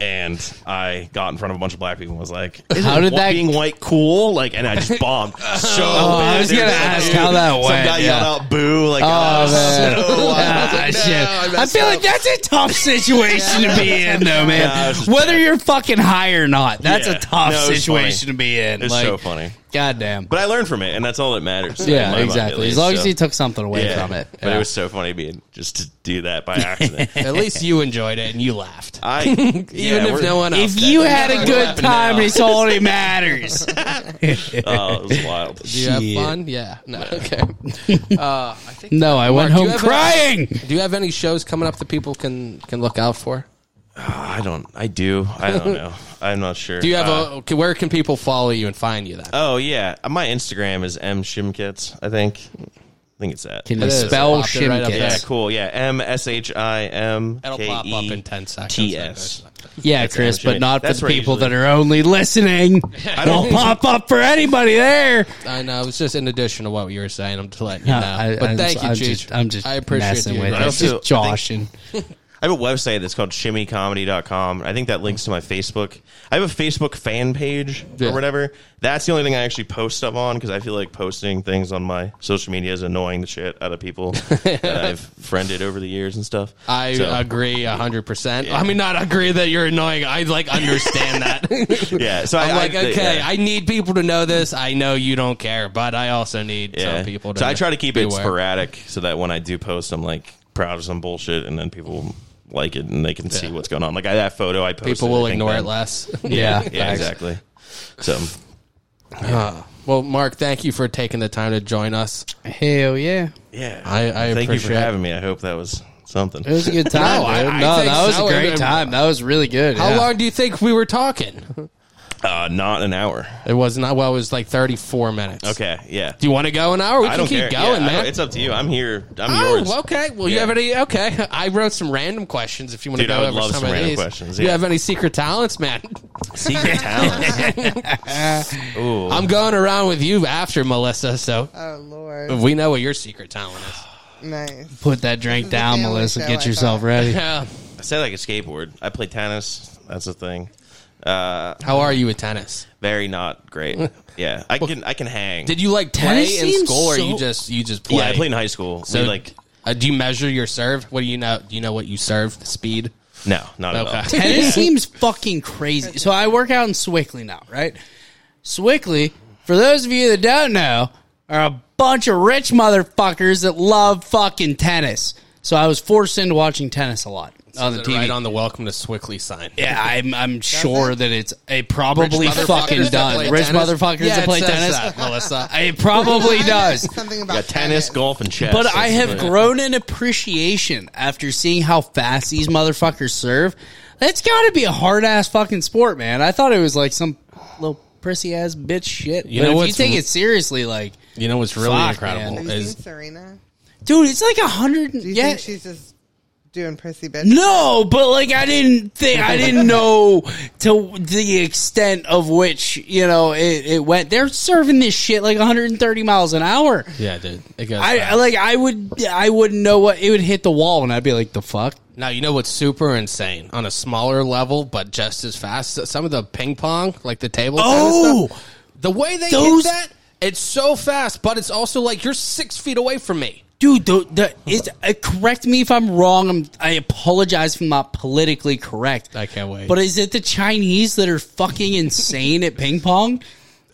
and I got in front of a bunch of black people and was like, Isn't
How did
wh-
that-
being white cool?" Like, and I just bombed. so
Oh,
bad.
I was
Dude,
gonna
some
ask
dude-
how that went.
Some guy
yeah.
yelled out "boo!" Like,
Oh,
oh,
man.
so
Ah,
wild. I was like,
shit.
"No,
I
messed
feel
up."
like that's a tough situation to be in, though, man.
Yeah, I was just-
Whether you're fucking high or not, that's
Yeah.
a tough
No, it was
situation
funny.
to be in.
It's
like,
so funny.
Goddamn.
But I learned from it, and that's all that matters. in my
yeah,
mind, at
exactly.
least,
As long as
so-
you took something away
Yeah.
from it.
But
Yeah.
it was so funny being just to do that by accident.
At least you enjoyed it and you laughed.
I
Even if no one else.
if you
did.
had a good time,
now.
it's all that matters.
oh, it was wild.
Do you have
Shit.
fun? Yeah. No. Okay. Uh, I think.
No, I went
Mark, do you
home
have a-
crying.
Do you have any shows coming up that people can can look out for?
I don't. I do. I don't know. I'm not sure.
Do you have
Uh,
a? okay, Where can people follow you and find you? Then
Oh yeah, my Instagram is m shimkits. I think. I think it's that.
Can you
It is.
spell
Popped it right up
shimkits?
yeah,
there.
cool. Yeah, m s h i m
That'll
k
pop up in
e
10 seconds.
t s.
Yeah, Chris,
actually-
but not for
that's
the
where
people
usually-
that are only listening.
I
Don't
don't.
pop up for anybody there.
I know. It's just in addition to what you were saying. I'm just letting you know.
No, I-
but
I'm
thank
just-
you,
I'm
Cheech.
just- I'm just
I appreciate
messing
you.
with
bro.
it. It's
also-
just joshing.
I have a website that's called shimmycomedy.com. I think that links to my Facebook. I have a Facebook fan page
Yeah.
or whatever. That's the only thing I actually post stuff on because I feel like posting things on my social media is annoying the shit out of people that I've friended over the years and stuff.
I
So,
agree hundred percent. I mean, not agree that you're annoying. I like understand that.
Yeah, so
I'm
I-
like,
I-
okay,
yeah.
I need people to know this. I know you don't care, but I also need some people. to
So I try to keep it
beware.
sporadic so that when I do post, I'm like proud of some bullshit, and then people like it and they can see what's going on. Like I, that photo I posted,
People will
I think
ignore
that-
it less.
Yeah,
Yeah,
facts.
exactly. So
well, Mark, thank you for taking the time to join us.
Hell yeah.
yeah,
I- I
thank you for
appreciate it.
having me. I hope that was something.
It was a good time.
No, I-
dude.
I
no
think
that was
so.
a great
And-
time. That was really good.
How
yeah.
long do you think we were talking?
Uh, not an hour.
It was not well. It was like thirty-four minutes.
Okay, yeah.
Do you want to go an hour? We
I
can
don't
keep
care. Yeah,
going,
I
man.
don't- It's up to you. I'm here. I'm
Oh,
yours.
okay. Well, you
Yeah.
have any? Okay, I wrote some random questions. If you want
Dude,
to go
I would
over
love
some,
some
of
random
these,
questions,
you
yeah.
have any secret talents, man?
Secret talents. Ooh.
I'm going around with you after Melissa, so
Oh Lord,
we know what your secret talent is.
nice.
Put that drink
the
down,
family
Melissa.
show, I
Get yourself
thought.
ready.
Yeah.
I said like a skateboard. I play tennis. That's a thing.
How are you at tennis?
Very not great. Yeah, I can. I can hang.
Did you like play
Tennis
in
seems
school, or
so-
you just you just play?
Yeah, I played in high school.
So
So like,
uh, do you measure your serve? What do you know? Do you know what you serve? The speed.
no, not at all.
Okay.
Tennis seems fucking crazy. So I work out in Swickley now, right? Swickley, for those of you that don't know, are a bunch of rich motherfuckers that love fucking tennis. So I was forced into watching tennis a lot on the
Is it
TV.
right on the welcome to Swickley sign.
yeah, I'm I'm sure that it's it probably
Rich motherfuckers
fucking
that play
done. Rich
tennis?
motherfuckers
Yeah,
that
it
play
says
tennis.
that, Melissa.
It probably
I
does.
read Something about
Yeah, tennis, golf, and chess.
But I have
That's-
grown in appreciation after seeing how fast these motherfuckers serve. That's got to be a hard ass fucking sport, man. I thought it was like some little prissy ass bitch shit.
You
but
know
if you
what's-
take it seriously, like,
You know what's really
Fuck,
incredible
man.
Have you
is
seen Serena?
dude, it's like a hundred.
Do you
Yeah,
think she's just doing prissy bitch?
no, but like I didn't think I didn't know to the extent of which you know it, it went. They're serving this shit like 130 miles an hour.
yeah, dude. It goes.
I I-
fast.
like I would I wouldn't know what it would hit the wall, and I'd be like, the fuck.
Now you know what's super insane on a smaller level, but just as fast. Some of the ping pong, like the table.
Oh!
tennis stuff, the way they
Those-
hit that, it's so fast, but it's also like you're six feet away from me.
dude the, the it's uh, correct me if i'm wrong I'm, i apologize if i'm not politically correct
I can't wait.
but is it the chinese that are fucking insane at ping pong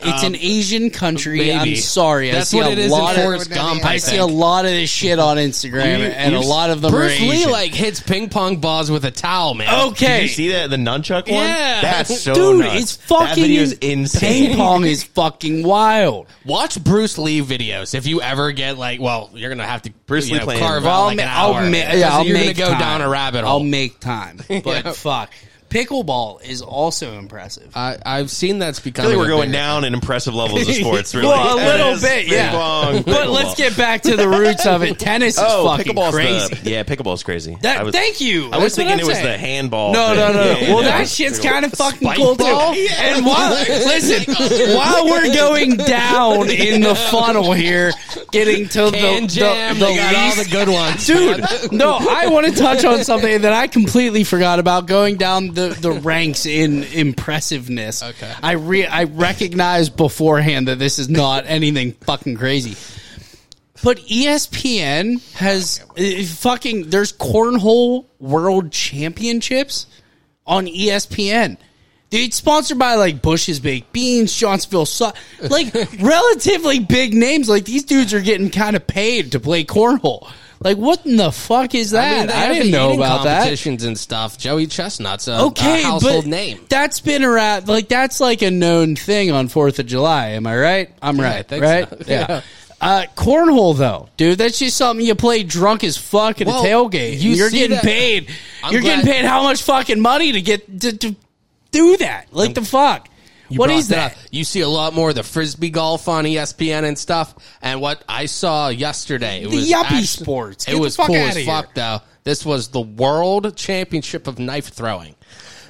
it's an asian country i'm
Um, maybe.
sorry
That's
i see
what
a
it is
lot
in
of
Forrest Gump.
I,
I
see a
think.
lot of this shit on instagram
You-
and
you-
a lot of them are
Bruce Lee
Asian.
like hits ping pong balls with a towel, man.
Did
okay
you see that the nunchuck one?
Yeah.
that's so
dude
nuts.
it's fucking
that video is insane.
ping pong is fucking wild
Watch Bruce Lee videos if you ever get like. Well, you're gonna have to
Bruce
you
Lee
know,
playing.
carve
Well,
out uh,
I'll
like an
ma- I'll
hour.
ma-
Because
yeah, I'll
you're
make
gonna go
time.
down a rabbit hole.
I'll make time, but fuck, pickleball is also impressive.
I, I've seen that's
I feel
becoming.
like we're
a
going
bigger-
down in impressive levels of sports. Really,
Well, a little
Tennis,
bit, yeah.
ping pong,
But
pickleball.
let's get back to the roots of it. Tennis is
Oh,
fucking
pickleball's
crazy.
The, yeah, pickleball's crazy.
That-
I was-
thank you.
I was
That's what
thinking
I'm
it was
saying.
the handball.
No,
thing.
no, no.
Yeah, yeah,
well,
yeah.
that shit's kind of fucking
Spike
cool too.
ball?
And while listen, while we're going down in the funnel here, getting to
Can
the,
jam.
the, the
they got all
least
the good ones,
dude. No, I want to touch on something that I completely forgot about going down the, the ranks in impressiveness.
Okay.
I re- I recognize beforehand that this is not anything fucking crazy. But E ESPN has eh, fucking there's cornhole world championships on E ESPN. Dude, it's sponsored by like Bush's Baked Beans, Johnsonville, Su- like relatively big names. Like these dudes are getting kind of paid to play cornhole. Like what in the fuck is
I mean, they
that? I,
have
didn't
the
know
eating
about that.
competitions and stuff. Joey Chestnut's a,
Okay,
a household
but
name.
that's been around. Like that's like a known thing on Fourth of July. Am I right? I'm
I
right.
think
right?
so.
Yeah.
Yeah.
Uh, cornhole though, dude. That's just something you play drunk as fuck at
Well,
a tailgate.
you
You are
see
getting
that-
paid.
I'm
you're getting
glad-
paid how much fucking money to get to, to do that? Like the fuck. What
brought
is that?
up. You see a lot more of the frisbee golf on E ESPN and stuff. And what I saw yesterday, it
The
was
yuppie
actu-
sports. Get
It
the
was
fuck
cool
outta
as fuck, though. This was the World Championship of Knife Throwing.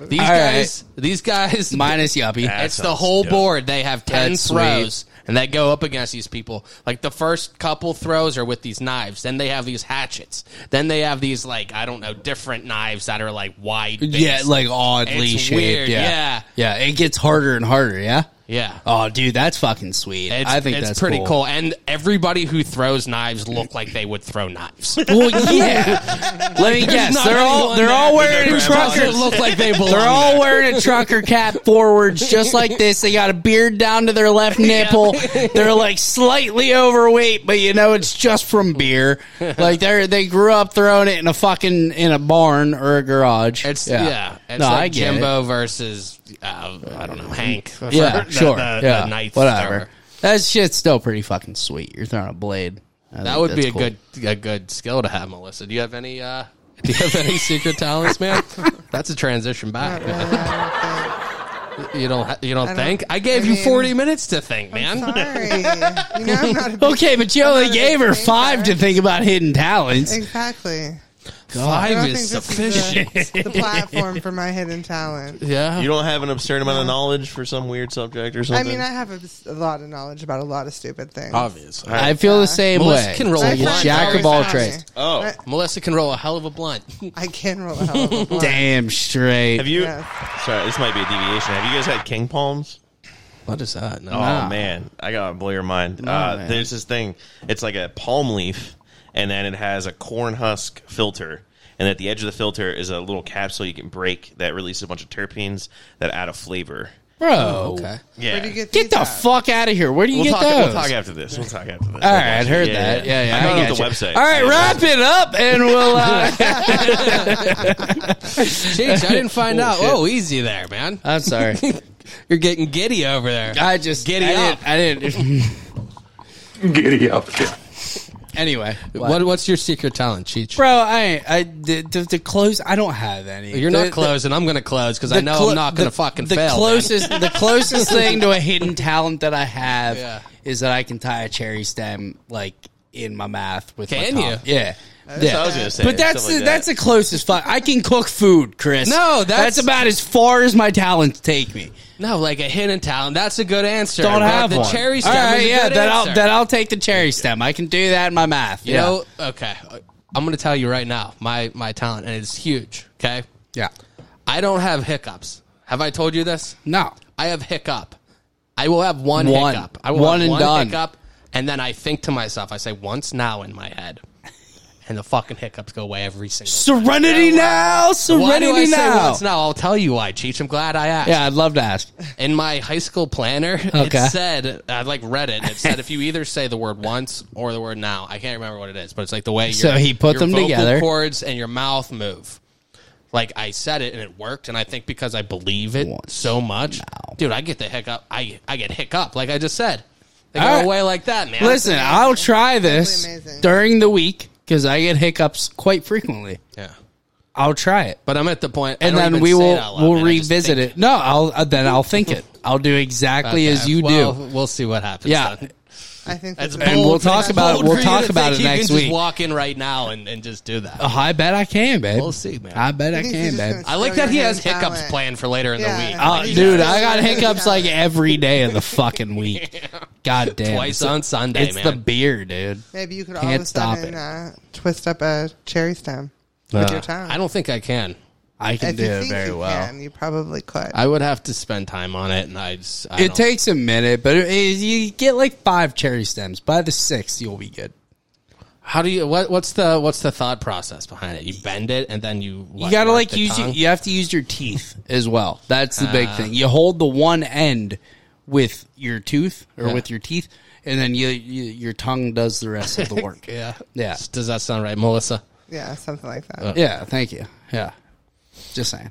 These
All
guys, these guys,
Minus yuppie.
That
it's the
sounds
whole
dope.
board. They have ten
That's
throws, and they go up against these people. Like the first couple throws are with these knives. Then they have these hatchets. Then they have these like I don't know different knives that are like wide.
Yeah,
based.
like oddly
It's
shaped.
weird,
Yeah.
yeah.
yeah, It gets harder and harder. Yeah.
yeah.
Oh, dude, that's fucking sweet.
It's,
I think
it's
that's
pretty
cool.
cool. And everybody who throws knives look like they would throw knives.
Well, yeah. Let me guess.
not
They're all
anyone
they're
there
all
with
wearing
their grandmas
truckers.
that look like they belong
They're all
there.
wearing a trucker cap forwards, just like this. They got a beard down to their left nipple. They're like slightly overweight, but you know it's just from beer. Like they are they grew up throwing it in a fucking in a barn or a garage.
It's yeah. It's
no,
like
I get it.
Jimbo versus uh, I don't know Hank.
Yeah,
The-
sure.
the- the
yeah,
knife
whatever.
thrower.
That shit's still pretty fucking sweet. You're throwing a blade. I
That
think
would be
that's
a
cool.
good a good skill to have, Melissa. Do you have any? uh Do you have any secret talents, man? That's a transition back.
I
You don't. ha- You don't,
don't-
think? I gave
I
you
mean-
forty minutes to think,
don't
man.
think. Sorry. You know I'm not a big-
Okay, but you
I'm
only
not a
gave
big
her
thinker.
five to think about hidden talents.
Exactly. I
Five
don't
is
think this
sufficient.
Is the, the platform for my hidden talent.
yeah.
You don't have an absurd amount of knowledge for some weird subject or
I
something.
mean, I have a, a lot of knowledge about a lot of stupid things.
Obviously.
I feel the same
Melissa
way.
can roll a
My
like a
friends
blunt.
jack
always
of all
ask
trades.
me.
oh,
I-
Melissa can roll a hell of a blunt.
I can roll a hell of a blunt.
Damn straight.
have you?
Yes.
Sorry, this might be a deviation. Have you guys had king palms?
What is that? No.
Oh man, I gotta blow your mind. uh,
man.
There's this thing. It's like a palm leaf, and then it has a corn husk filter, and at the edge of the filter is a little capsule you can break that releases a bunch of terpenes that add a flavor.
Bro.
Oh, Okay.
Yeah.
Where do you get,
Get
these
the
at?
fuck out of here. Where do you
We'll
get
talk,
those?
we'll talk after this. We'll talk after this.
All right, heard that. Yeah, yeah.
I got
got
the
you.
website.
All right,
Yeah.
wrap it up, and we'll. Uh,
Jeez, I didn't find out. Oh, easy there, man.
I'm sorry.
You're getting giddy over there.
I just
Giddy
I
up.
Didn't, I didn't.
Giddy up. Yeah.
anyway,
What, what's your secret talent, Cheech?
bro? I ain't- I the, the, the close. I don't have any.
You're
The-
not closing. I'm going to close because I
the
know
clo-
I'm not going to
the-
fucking
the
fail.
Closest, the closest thing to a hidden talent that I have
Yeah.
is that I can tie a cherry stem like in my mouth with.
Can
my
you?
tongue. Yeah.
That's what I was gonna say.
But that's the,
Something like
that's the
that.
closest. Fu- I can cook food, Chris.
No, that's-
about as far as my talents take me.
No, like a hidden talent. That's a good answer.
Don't
but
have
the
one.
cherry stem.
All right,
is a
yeah,
good
that
answer.
I'll that I'll take the cherry stem. I can do that in my math.
You
yeah.
know, okay. I'm going to tell you right now my my talent, and it's huge. Okay,
yeah.
I don't have hiccups. Have I told you this?
No.
I have hiccup. I will have one,
One.
hiccup. I will
One
have
and
one
done.
hiccup, and then I think to myself, I say once now in my head, and the fucking hiccups go away every single.
Serenity now,
Why do I
serenity
say
now.
once now? I'll tell you why, Cheech. I'm glad I asked.
Yeah, I'd love to ask.
In my high school planner,
Okay.
it said I like read it. It said if you either say the word once or the word now, I can't remember what it is, but it's like the way your,
So he put
your
them
vocal
together.
cords and your mouth move. Like I said it and it worked, and I think because I believe it
Once,
so much, dude, I get the hiccup. I I get hiccup, like I just said. They go
All right.
away like that, man.
Listen, I'll try this
amazing.
during the week because I get hiccups quite frequently.
yeah.
I'll try it,
But I'm at the point, I
and
don't
then
even
we
say
will
it out loud,
we'll
man. I just
revisit
think
it. No, I'll uh, then I'll think it. I'll do exactly
Okay,
as you
well,
do.
We'll see what happens.
Yeah.
then.
I think
That's
this is-
And
bold.
we'll talk
That's
about it-
bold
we'll
for you
talk
to
about
think
it
you
next
can
week.
Just walk in right now and, and just do that.
Oh, I bet I can, babe.
We'll see, man.
I bet I
He's
can,
just
babe.
gonna
Uh-huh. I like
show
that he
your
has
hidden
hiccups
talent.
planned for later in
Yeah.
the week.
Uh,
Oh,
He's
dude,
just
I got
gonna show
hiccups
your
like every day of the fucking week. God damn.
Twice
It's-
on Sunday,
It's
man.
the beer, dude.
Maybe you could all of
Can't
a
stop
sudden
it. Uh,
uh, twist up a cherry stem with your tongue.
I don't think I can.
I can
If
do
you
it
think
very
you
well.
can, you probably could.
I would have to spend time on it, and I just I
It
don't-
takes a minute, but it, it- you get like five cherry stems. By the sixth, you'll be good.
How do you what What's the what's the thought process behind it? You bend it, and then you
You gotta like
the
use your,
tongue? Ah.
you have to use your teeth as well. That's the big thing. You hold the one end with your tooth or
Yeah.
with your teeth, and then you, you your tongue does the rest of the work.
yeah
yeah,
Does that sound right, Melissa?
yeah, something like
Uh,
that.
yeah. Thank you. Yeah, just saying.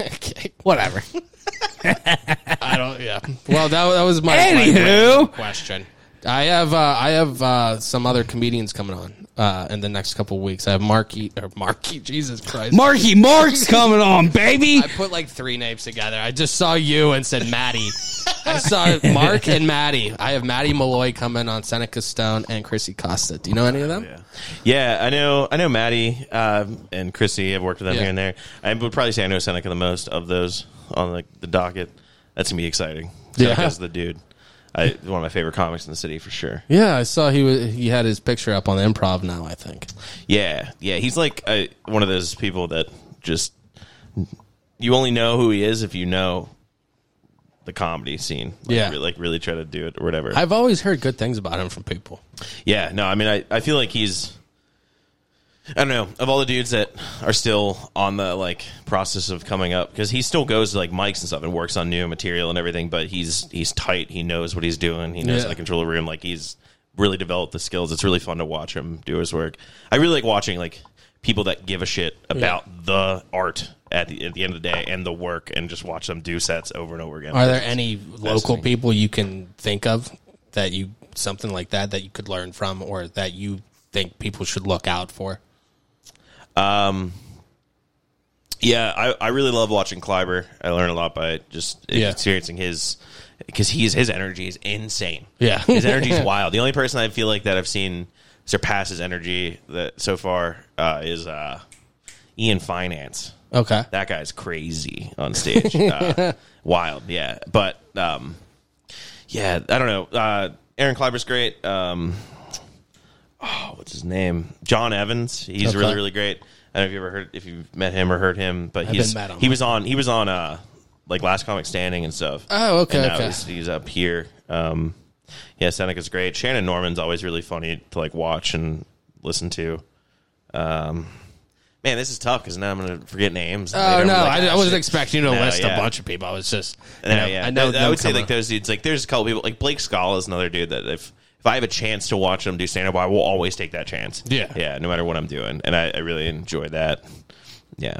okay.
Whatever.
I don't. Yeah. Well, that, that was my my
Anywho.
random question. I have uh, I have uh, some other comedians coming on uh, in the next couple weeks. I have Marky or Marky Jesus Christ.
Marky Mark's coming on, baby.
I put like three names together. I just saw you and said Maddie. I saw Mark and Maddie. I have Maddie Malloy coming on Seneca Stone and Chrissy Costa. Do you know any of them?
Yeah, I know. I know Maddie um, and Chrissy. I've worked with them
Yeah.
here and there. I would probably say I know Seneca the most of those on like the docket. That's gonna be exciting.
Yeah.
Seneca's the dude. I, one of my favorite comics in the city for sure.
Yeah, I saw he was, he had his picture up on the improv now. I think.
Yeah, yeah. He's like uh one of those people that just you only know who he is if you know the comedy scene. Like,
Yeah.
re- like really try to do it or whatever.
I've always heard good things about him from people.
Yeah, no, I mean, I, I feel like he's. I don't know. Of all the dudes that are still on the like process of coming up, because he still goes to like mics and stuff and works on new material and everything, but he's he's tight. He knows what he's doing. He knows
Yeah.
how to control the room. Like he's really developed the skills. It's really fun to watch him do his work. I really like watching like people that give a shit about the art at the, at the end of the day and the work, and just watch them do sets over and over again.
Are there any local people you can think of that you something like that that you could learn from or that you think people should look out for?
Yeah, I, I really love watching Kleiber. I learn a lot by just
Yeah.
experiencing his because he's his energy is insane.
Yeah.
his energy is wild. The only person I feel like that I've seen surpass his energy that so far uh, is uh, Ian Finance.
Okay.
That guy's crazy on stage, uh, wild. Yeah, but um, yeah, I don't know. Uh, Aaron Kleiber's great. Um, oh, what's his name? John Evans. He's
Okay.
really really great. I don't know if you ever heard if you've met him or heard him, but he's
met him.
he was on he was on uh like last comic standing and stuff.
Oh, okay,
And now
okay.
He's, he's up here. Um, yeah, Seneca's great. Shannon Norman's always really funny to like watch and listen to. Um, Man, this is tough because now I'm going to forget names.
Oh
Later I'm
no,
like,
I,
"Ah,
I wasn't
shit."
expecting you to
No,
list
yeah.
a bunch of people. I was just, you
No,
know,
yeah.
I know.
I would
they'll
say
come
like
up.
those dudes. Like there's a couple people. Like Blake Scala is another dude that if if I have a chance to watch him do stand up, I will always take that chance.
Yeah.
yeah, no matter what I'm doing, and I, I really enjoy that. Yeah,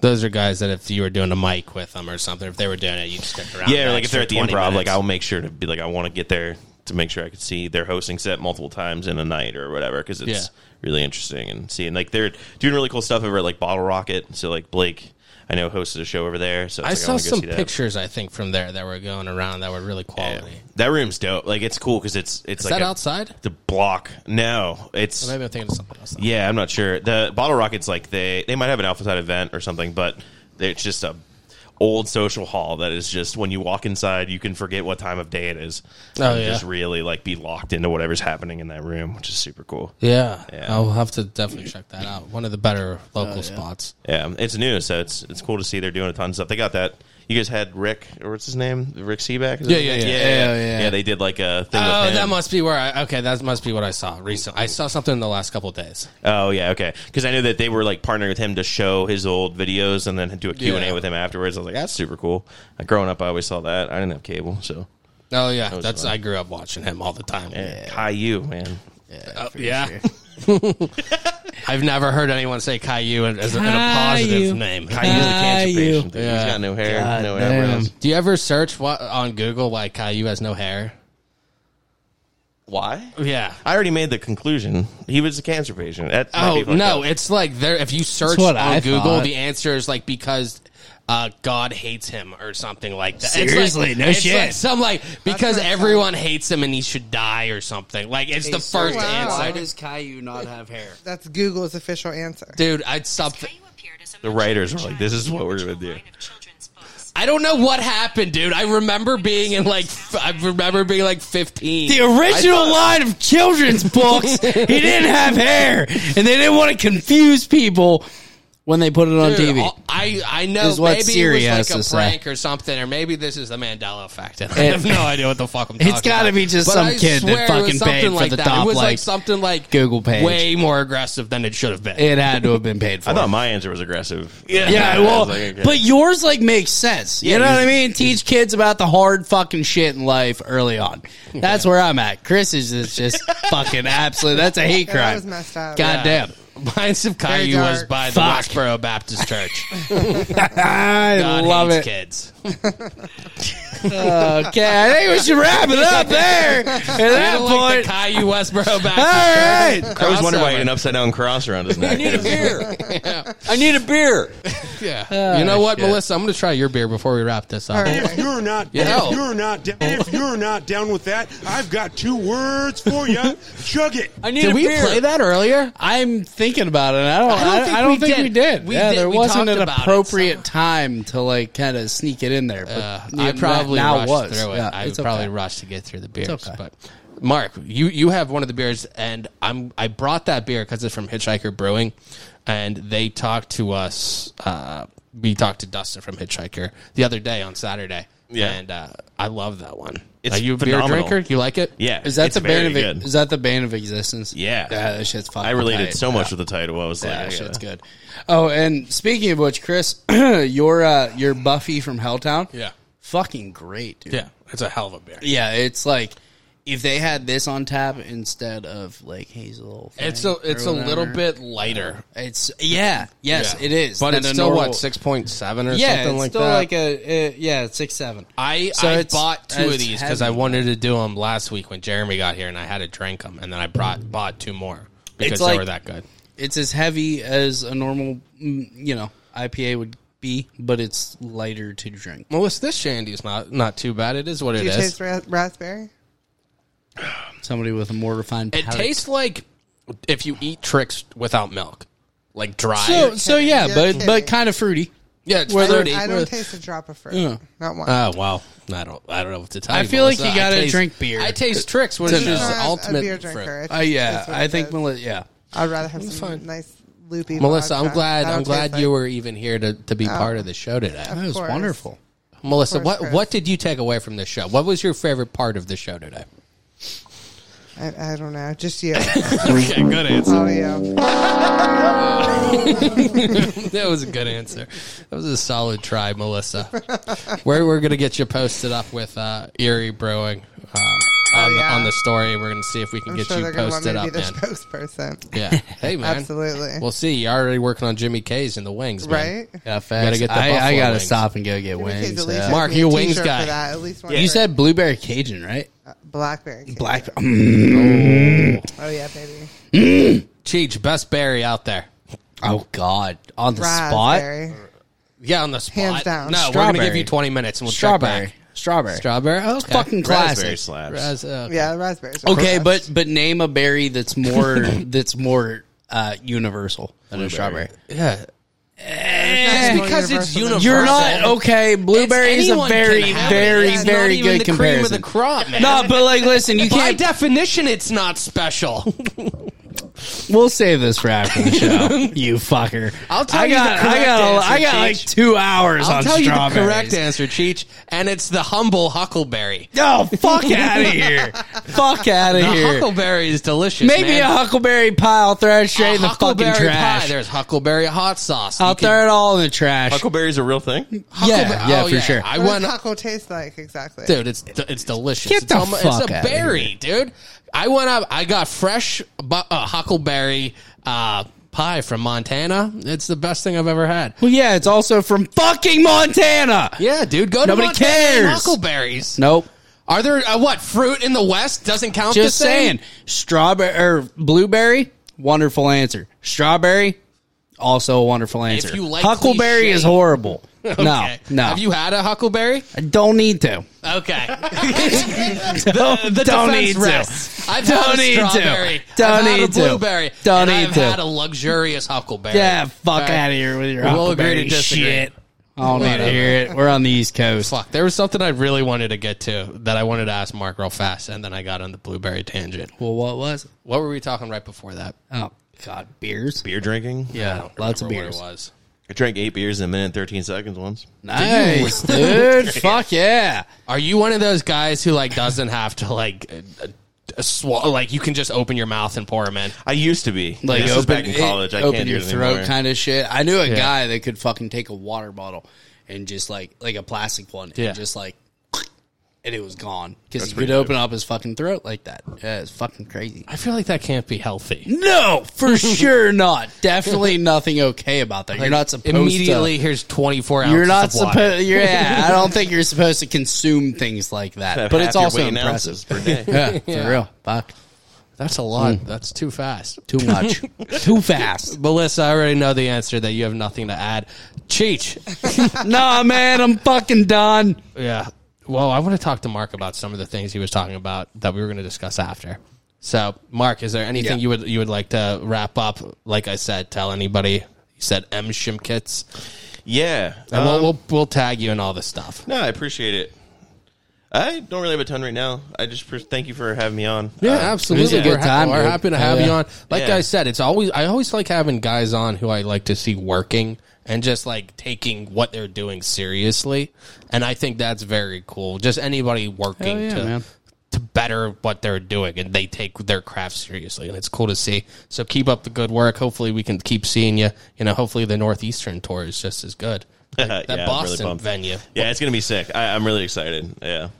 Those are guys that if you were doing a mic with them or something, if they were doing it, you'd stick around.
yeah.
an
or, Like if they're
extra
at
20
the improv, like
minutes.
I'll make sure to be like I want to get there to make sure I could see their hosting set multiple times in a night or whatever because it's
Yeah.
really interesting and seeing like they're doing really cool stuff over at like Bottle Rocket. So like Blake, I know hosted a show over there. So it's
I
like,
saw
wanna go
some
see that.
pictures, I think, from there that were going around that were really quality.
That room's dope. Like it's cool because it's it's
Is
like
that
a-
outside?
The block. No, it's
Maybe I'm thinking of something else.
Yeah, I'm not sure. The Bottle Rockets like they they might have an Alpha Side event or something, but it's just a old social hall that is just when you walk inside, you can forget what time of day it is.
Oh,
And
yeah.
just really like be locked into whatever's happening in that room, which is super cool.
Yeah.
Yeah. Oh,
I'll have to definitely check that out. One of the better local spots.
Yeah, it's new, so it's it's cool to see they're doing a ton of stuff. They got that. You guys had Rick, or what's his name? Rick Seaback? Is that
Yeah,
his
yeah, yeah.
name? yeah,
Yeah,
yeah.
yeah.
Yeah, they did like a thing. with
Oh,
him.
that must be where I. Okay, that must be what I saw recently. Uh, I saw something in the last couple of days.
Oh yeah, okay. Because I knew that they were like partnering with him to show his old videos and then do a Q and
Yeah.
A with him afterwards. I was like, that's super cool. Like, growing up, I always saw that. I didn't have cable, so
Oh, yeah. That's
fun.
I grew up watching him all the time.
Caillou, man.
Oh, yeah. I've never heard anyone say Caillou in, as a, in a positive
Caillou.
name.
Caillou's a cancer
Caillou.
patient. Dude. He's
Yeah.
got no hair,
God
no
damn.
eyebrows.
Do you ever search what on Google why Caillou has no hair?
Why?
Yeah.
I already made the conclusion. He was a cancer patient. That might
Oh
be fucked
no,
up.
it's like there. If you search on
what I
Google,
thought.
the answer is like because. Uh, God hates him, or something like that. It's like-
Seriously? No
it's
shit.
Like some like because
not
everyone hates him and he should die or something. Like it's the first
wow.
answer,
Why
does Caillou not have hair?
That's Google's official answer.
dude. I'd stop.
The writers were like, "This is what we're gonna do."
I don't know what happened, dude. I remember being in like f- I remember being like fifteen.
The original line of children's books, he didn't have hair, and they didn't want to confuse people when they put it on
Dude,
TV.
all- I I know
Is what
maybe
Siri
it
has
was like
to
a
say.
prank or something, or maybe this is the Mandela effect. I have no idea what the fuck I'm talking.
It's gotta
about.
be just
But
some
I
kid that
swear it was
fucking
something
paid for
like
the
that. It
top,
was like,
like,
something like
Google page.
way more aggressive than it should have been.
It had to have been paid for.
I thought my answer was aggressive. Yeah,
yeah, well,
but
but yours like makes sense. You know what I mean? Teach kids about the hard fucking shit in life early on. That's where I'm at. Chris is just, just fucking absolute. That's a hate
Yeah,
crime.
that was messed up.
God damn.
Minds of Caillou
dark.
was by
Fuck.
the Westboro Baptist Church.
I
God
love
hates
it.
kids.
Okay, I think we should wrap it up there. At that
I like
point,
the Caillou Westboro
all
Baptist.
right.
I always wonder why he
crossover.
had an upside down cross around his neck.
I need a beer.
yeah.
Ah,
you know what,
shit.
Melissa? I'm going to try your beer before we wrap this up.
All right.
If you're not,
Yeah.
if you're not, down, if you're not down with that, I've got two words for you. Chug it.
I need
Did
a
we
beer.
play that earlier?
I'm thinking about it. and I don't. I don't think, I don't we, think did. we did.
We
yeah,
did.
there
We
wasn't
talked
an
about it
appropriate
somewhere.
time to like kind of sneak it in there. But
Uh,
yeah,
I probably
now
rushed
was.
through it.
Yeah,
I
it's
probably
okay.
rushed to get through the beers.
okay.
But Mark, you you have one of the beers, and I'm I brought that beer because it's from Hitchhiker Brewing, and they talked to us. Uh, we talked to Dustin from Hitchhiker the other day on Saturday.
Yeah.
and uh, I love that one.
It's
Are you a
phenomenal.
beer drinker? You like it?
yeah,
Is that
it's
the
very
bane of e-
good.
is that the bane of existence?
Yeah.
that shit's fucking.
I related
tight.
so much with the title. I was
Yeah,
like, I
that
gotta-
shit's good. Oh, and speaking of which, Chris, your uh, your Buffy from Helltown,
Yeah,
fucking great, dude.
yeah. It's a hell of a beer.
Yeah, it's like if they had this on tap instead of like Hazel.
It's a
Fang
it's
or
a little
whatever.
bit lighter.
It's yeah, yes,
Yeah.
it is.
but
than
it's
a
still
normal-
what six point seven or
Yeah,
something
it's
like
still
that.
like a uh, yeah, it's six seven.
I,
So
I
it's-
bought two of
it's
these because I
heavy.
wanted to do them last week when Jeremy got here, and I had to drink them, and then I brought bought two more because
It's
they
like-
were that good.
It's as heavy as a normal, mm, you know, IPA would be, but it's lighter to drink.
Melissa, this shandy is not not too bad. It is what
Do
it
you
is.
taste ra- raspberry?
Somebody with a more refined.
It
palate.
tastes like if you eat tricks without milk, like dry.
so so. Yeah,
You're
but but
kidding.
kind of fruity.
yeah, it's
Where they're-
fruity.
I don't taste a drop of fruit. Not one.
Oh wow, I don't I don't know what to tell
I
you.
feel like
Melissa.
you gotta
I taste-
drink beer
I taste tricks, which
to
is
know.
I'm not
ultimate
a beer
fruit.
drinker.
Uh, yeah,
That's what
I
it
think
is.
Meli- yeah.
I'd rather have some
fine.
nice loopy.
Melissa, I'm
vodka.
glad
That'll
I'm glad
taste
you
like-
were even here to, to be part of the show today.
That was
course.
wonderful.
Melissa,
course,
what
Chris.
what did you take away from this show? What was your favorite part of the show today?
I, I don't know. Just you.
Okay, good answer.
Oh, yeah.
that was a good answer. That was a solid try, Melissa. We're, we're going to get you posted up with uh, Erie Brewing uh, on,
Oh, yeah.
the, on the story. We're going to see if we can
I'm
get
sure
you
they're going to want me
posted
to be
up,
the
man.
spokesperson.
Yeah. Hey, man.
Absolutely.
We'll see. You're already working on Jimmy K's in the wings, man.
Right?
Yeah,
Gotta get the
I, I
buffalo
gotta
wings.
stop and go get
Because
wings.
Alicia
yeah.
sent
uh, Mark,
me a
you a wings
t-shirt
guy.
For that, at least one
You
for
said blueberry Cajun, right?
blackberry. cake.
Black.
Mm.
Oh yeah, baby.
Cheech, best berry out there.
Oh God, on the spot.
Raspberry.
Yeah, on the spot.
Hands down.
No, we're going to give
Strawberry.
you 20 minutes and we'll check
Strawberry.
back.
Strawberry.
Strawberry? Oh, okay.
Fucking
Raspberry
classic.
slaps.
Raz- uh,
Yeah, raspberries. are
Okay,
the
but
best.
but name a berry that's more that's more uh, universal than a strawberry.
yeah. Eh,
It's
because it's
universal.
You're not okay. Blueberry is a
anyone
very
can have it.
very
It's not
very
even
good
the cream of the
comparison.
crop, man.
No, but like, listen, you
By
can't.
definition, it's not special.
We'll save this for after the show. you fucker.
I'll tell
I
you the
got, I
correct
got,
answer,
I got like
Cheech.
two hours
I'll
on
tell you the
strawberries.
correct answer, Cheech, and it's the humble huckleberry.
No, fuck out of here. fuck out of
The
here.
huckleberry is delicious.
Maybe
man.
a huckleberry pie. I'll throw it straight
A
in the fucking
huckleberry
trash.
Pie. There's huckleberry hot sauce.
I'll
You can-
throw it all in the trash.
Huckleberry's a real thing.
yeah,
huckleberry-
yeah,
oh,
for sure.
I
What does
went,
taco taste like exactly?
dude. It's it's delicious.
Get
it's,
the
almo-
fuck
it's a
outta
berry, dude. I went up. I got fresh bu- uh, huckleberry uh, pie from Montana. It's the best thing I've ever had.
well, yeah, it's also from fucking Montana.
Yeah, dude. Go to
Nobody
Montana and
cares.
Huckleberries.
Nope.
Are there uh, what fruit in the West doesn't count?
Just
the same?
saying. Strawberry or blueberry, wonderful answer. Strawberry, also a wonderful answer.
you like
Huckleberry
cliche-
is horrible. No,
Okay.
no.
Have you had a huckleberry?
I don't need to.
Okay.
Don't- don't need to.
I've
Don't
had a
need to.
strawberry.
Don't
I've had
need
a
to.
blueberry.
Don't
and
need
I've
to.
had a luxurious huckleberry.
Yeah, fuck
Alright.
out of here with your
We'll agree
huckleberry
to disagree.
shit. I don't need to hear it. We're on the East Coast.
Fuck. There was something I really wanted to get to that I wanted to ask Mark real fast, and then I got on the blueberry tangent.
Well, what was it?
What were we talking right before that?
Oh God, beers.
Beer drinking.
Yeah,
lots of beers.
What it was.
I drank eight beers in a minute and thirteen seconds once.
Nice, dude. Fuck yeah.
Are you one of those guys who like doesn't have to like uh, uh, swallow? Like you can just open your mouth and pour them in.
I used to be
Like
This was
open
back in college. I
open
can't do
your
it
throat
anymore.
kind of shit. I knew a guy that could fucking take a water bottle and just like like a plastic one
Yeah.
and just like and it was gone because he could open up his fucking throat like that. Yeah, it's fucking crazy.
I feel like that can't be healthy.
No, for sure not. Definitely nothing okay about that. you're not supposed
immediately.
to.
Here's 24 ounces.
You're not
of water.
supposed. Yeah, I don't think you're supposed to consume things like that.
Have
But
half
it's
your
also
weight in
impressive.
ounces per day.
Yeah, for real. Fuck.
That's a lot.
Mm.
That's too fast.
Too much. Too fast.
Melissa, I already know the answer that you have nothing to add. Cheech.
nah, man, I'm fucking done.
yeah. Well, I want to talk to Mark about some of the things he was talking about that we were going to discuss after. So, Mark, is there anything
Yeah.
you would you would like to wrap up? Like I said, tell anybody. You said M Shimkits.
Yeah.
And
um,
we'll, we'll we'll tag you in all this stuff.
No, I appreciate it. I don't really have a ton right now. I just pres- thank you for having me on.
Yeah,
Uh,
absolutely.
it was a
we're
good time,
we're
dude.
happy to
Hell
have you
yeah.
on. Like
Yeah.
I said, it's always I always like having guys on who I like to see working and just like taking what they're doing seriously. And I think that's very cool. Just anybody working
Hell yeah,
to
man.
to better what they're doing and they take their craft seriously. And it's cool to see. So keep up the good work. Hopefully we can keep seeing you. You know, hopefully the Northeastern tour is just as good. Like, that
yeah, I'm really
Boston
pumped.
venue.
Yeah, it's gonna be sick. I, I'm really excited. Yeah.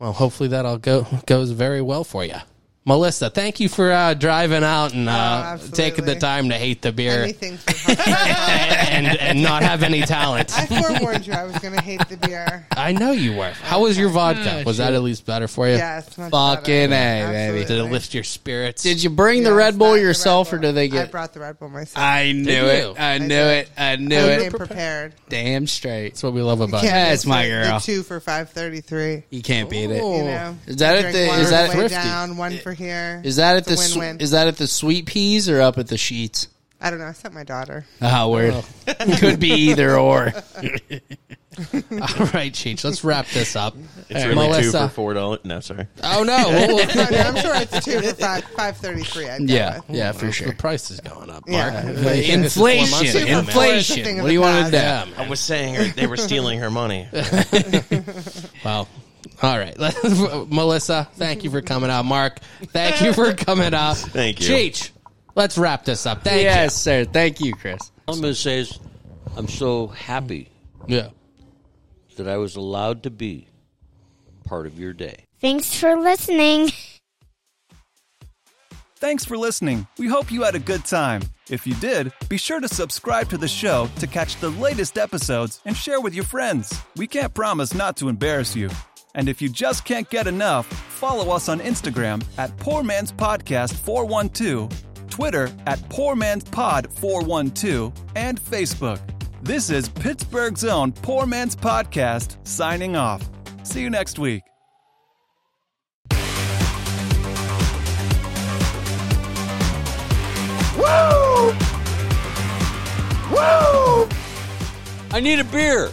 Well, hopefully that all go goes very well Oh, for you, Melissa. Thank you for uh, driving out and uh,
Oh, absolutely.
taking the time to hate the beer
Anything for hot
and, and not have any talent.
I forewarned you I was going to hate the beer.
I know you were. How was your
Mm,
vodka? Was that at least better for you?
Yes. much
Fucking
better.
A,
Did
baby.
it
Absolutely.
lift your spirits?
Did you bring
Yeah,
the
it's
Red
not
Bull
the Red
yourself, or
Bull.
did they
I
get?
brought the Red Bull myself.
I knew
Did you?
it. I knew
did.
it. I knew
I
it.
came prepared.
Damn straight.
That's what we love about you.
That's my girl.
The two for five thirty three.
You can't beat
You
it.
know,
Is that at
Drink
the-
one
is that
on the way
thrifty?
down, one for here?
Is that at the
It's a
sw-
win-win.
is that at the sweet peas or up at the sheets?
I don't know. I sent my daughter.
Ah,
Oh, weird. Could be either or.
All right, Cheech. Let's wrap this up.
It's
Hey,
really two
Melissa.
for four dollars. No, sorry.
Oh no! Well, well,
No, no, I'm sure it's two for five five thirty three.
Yeah, yeah, for
the
sure.
price is going up, Mark.
Yeah.
This is four months
Inflation,
ago, man.
thing
inflation.
of
What do you
the
want to
Yeah,
do?
man.
I was saying her, they were stealing her money.
Well, All right, Melissa, thank you for coming out. Mark, thank you for coming out.
Thank you.
Cheech. Let's wrap this up. Thank
yes, sir. Thank you, Chris.
All I'm going to say is, I'm so happy
you. Yeah.
that I was allowed to be part of your day.
Thanks for listening.
Thanks for listening. We hope you had a good time. If you did, be sure to subscribe to the show to catch the latest episodes and share with your friends. We can't promise not to embarrass you. And if you just can't get enough, follow us on Instagram at Poor Man's Podcast 412, Twitter at Poor Man's Pod 412, and Facebook. This is Pittsburgh's own Poor Man's Podcast signing off. See you next week.
I need a beer.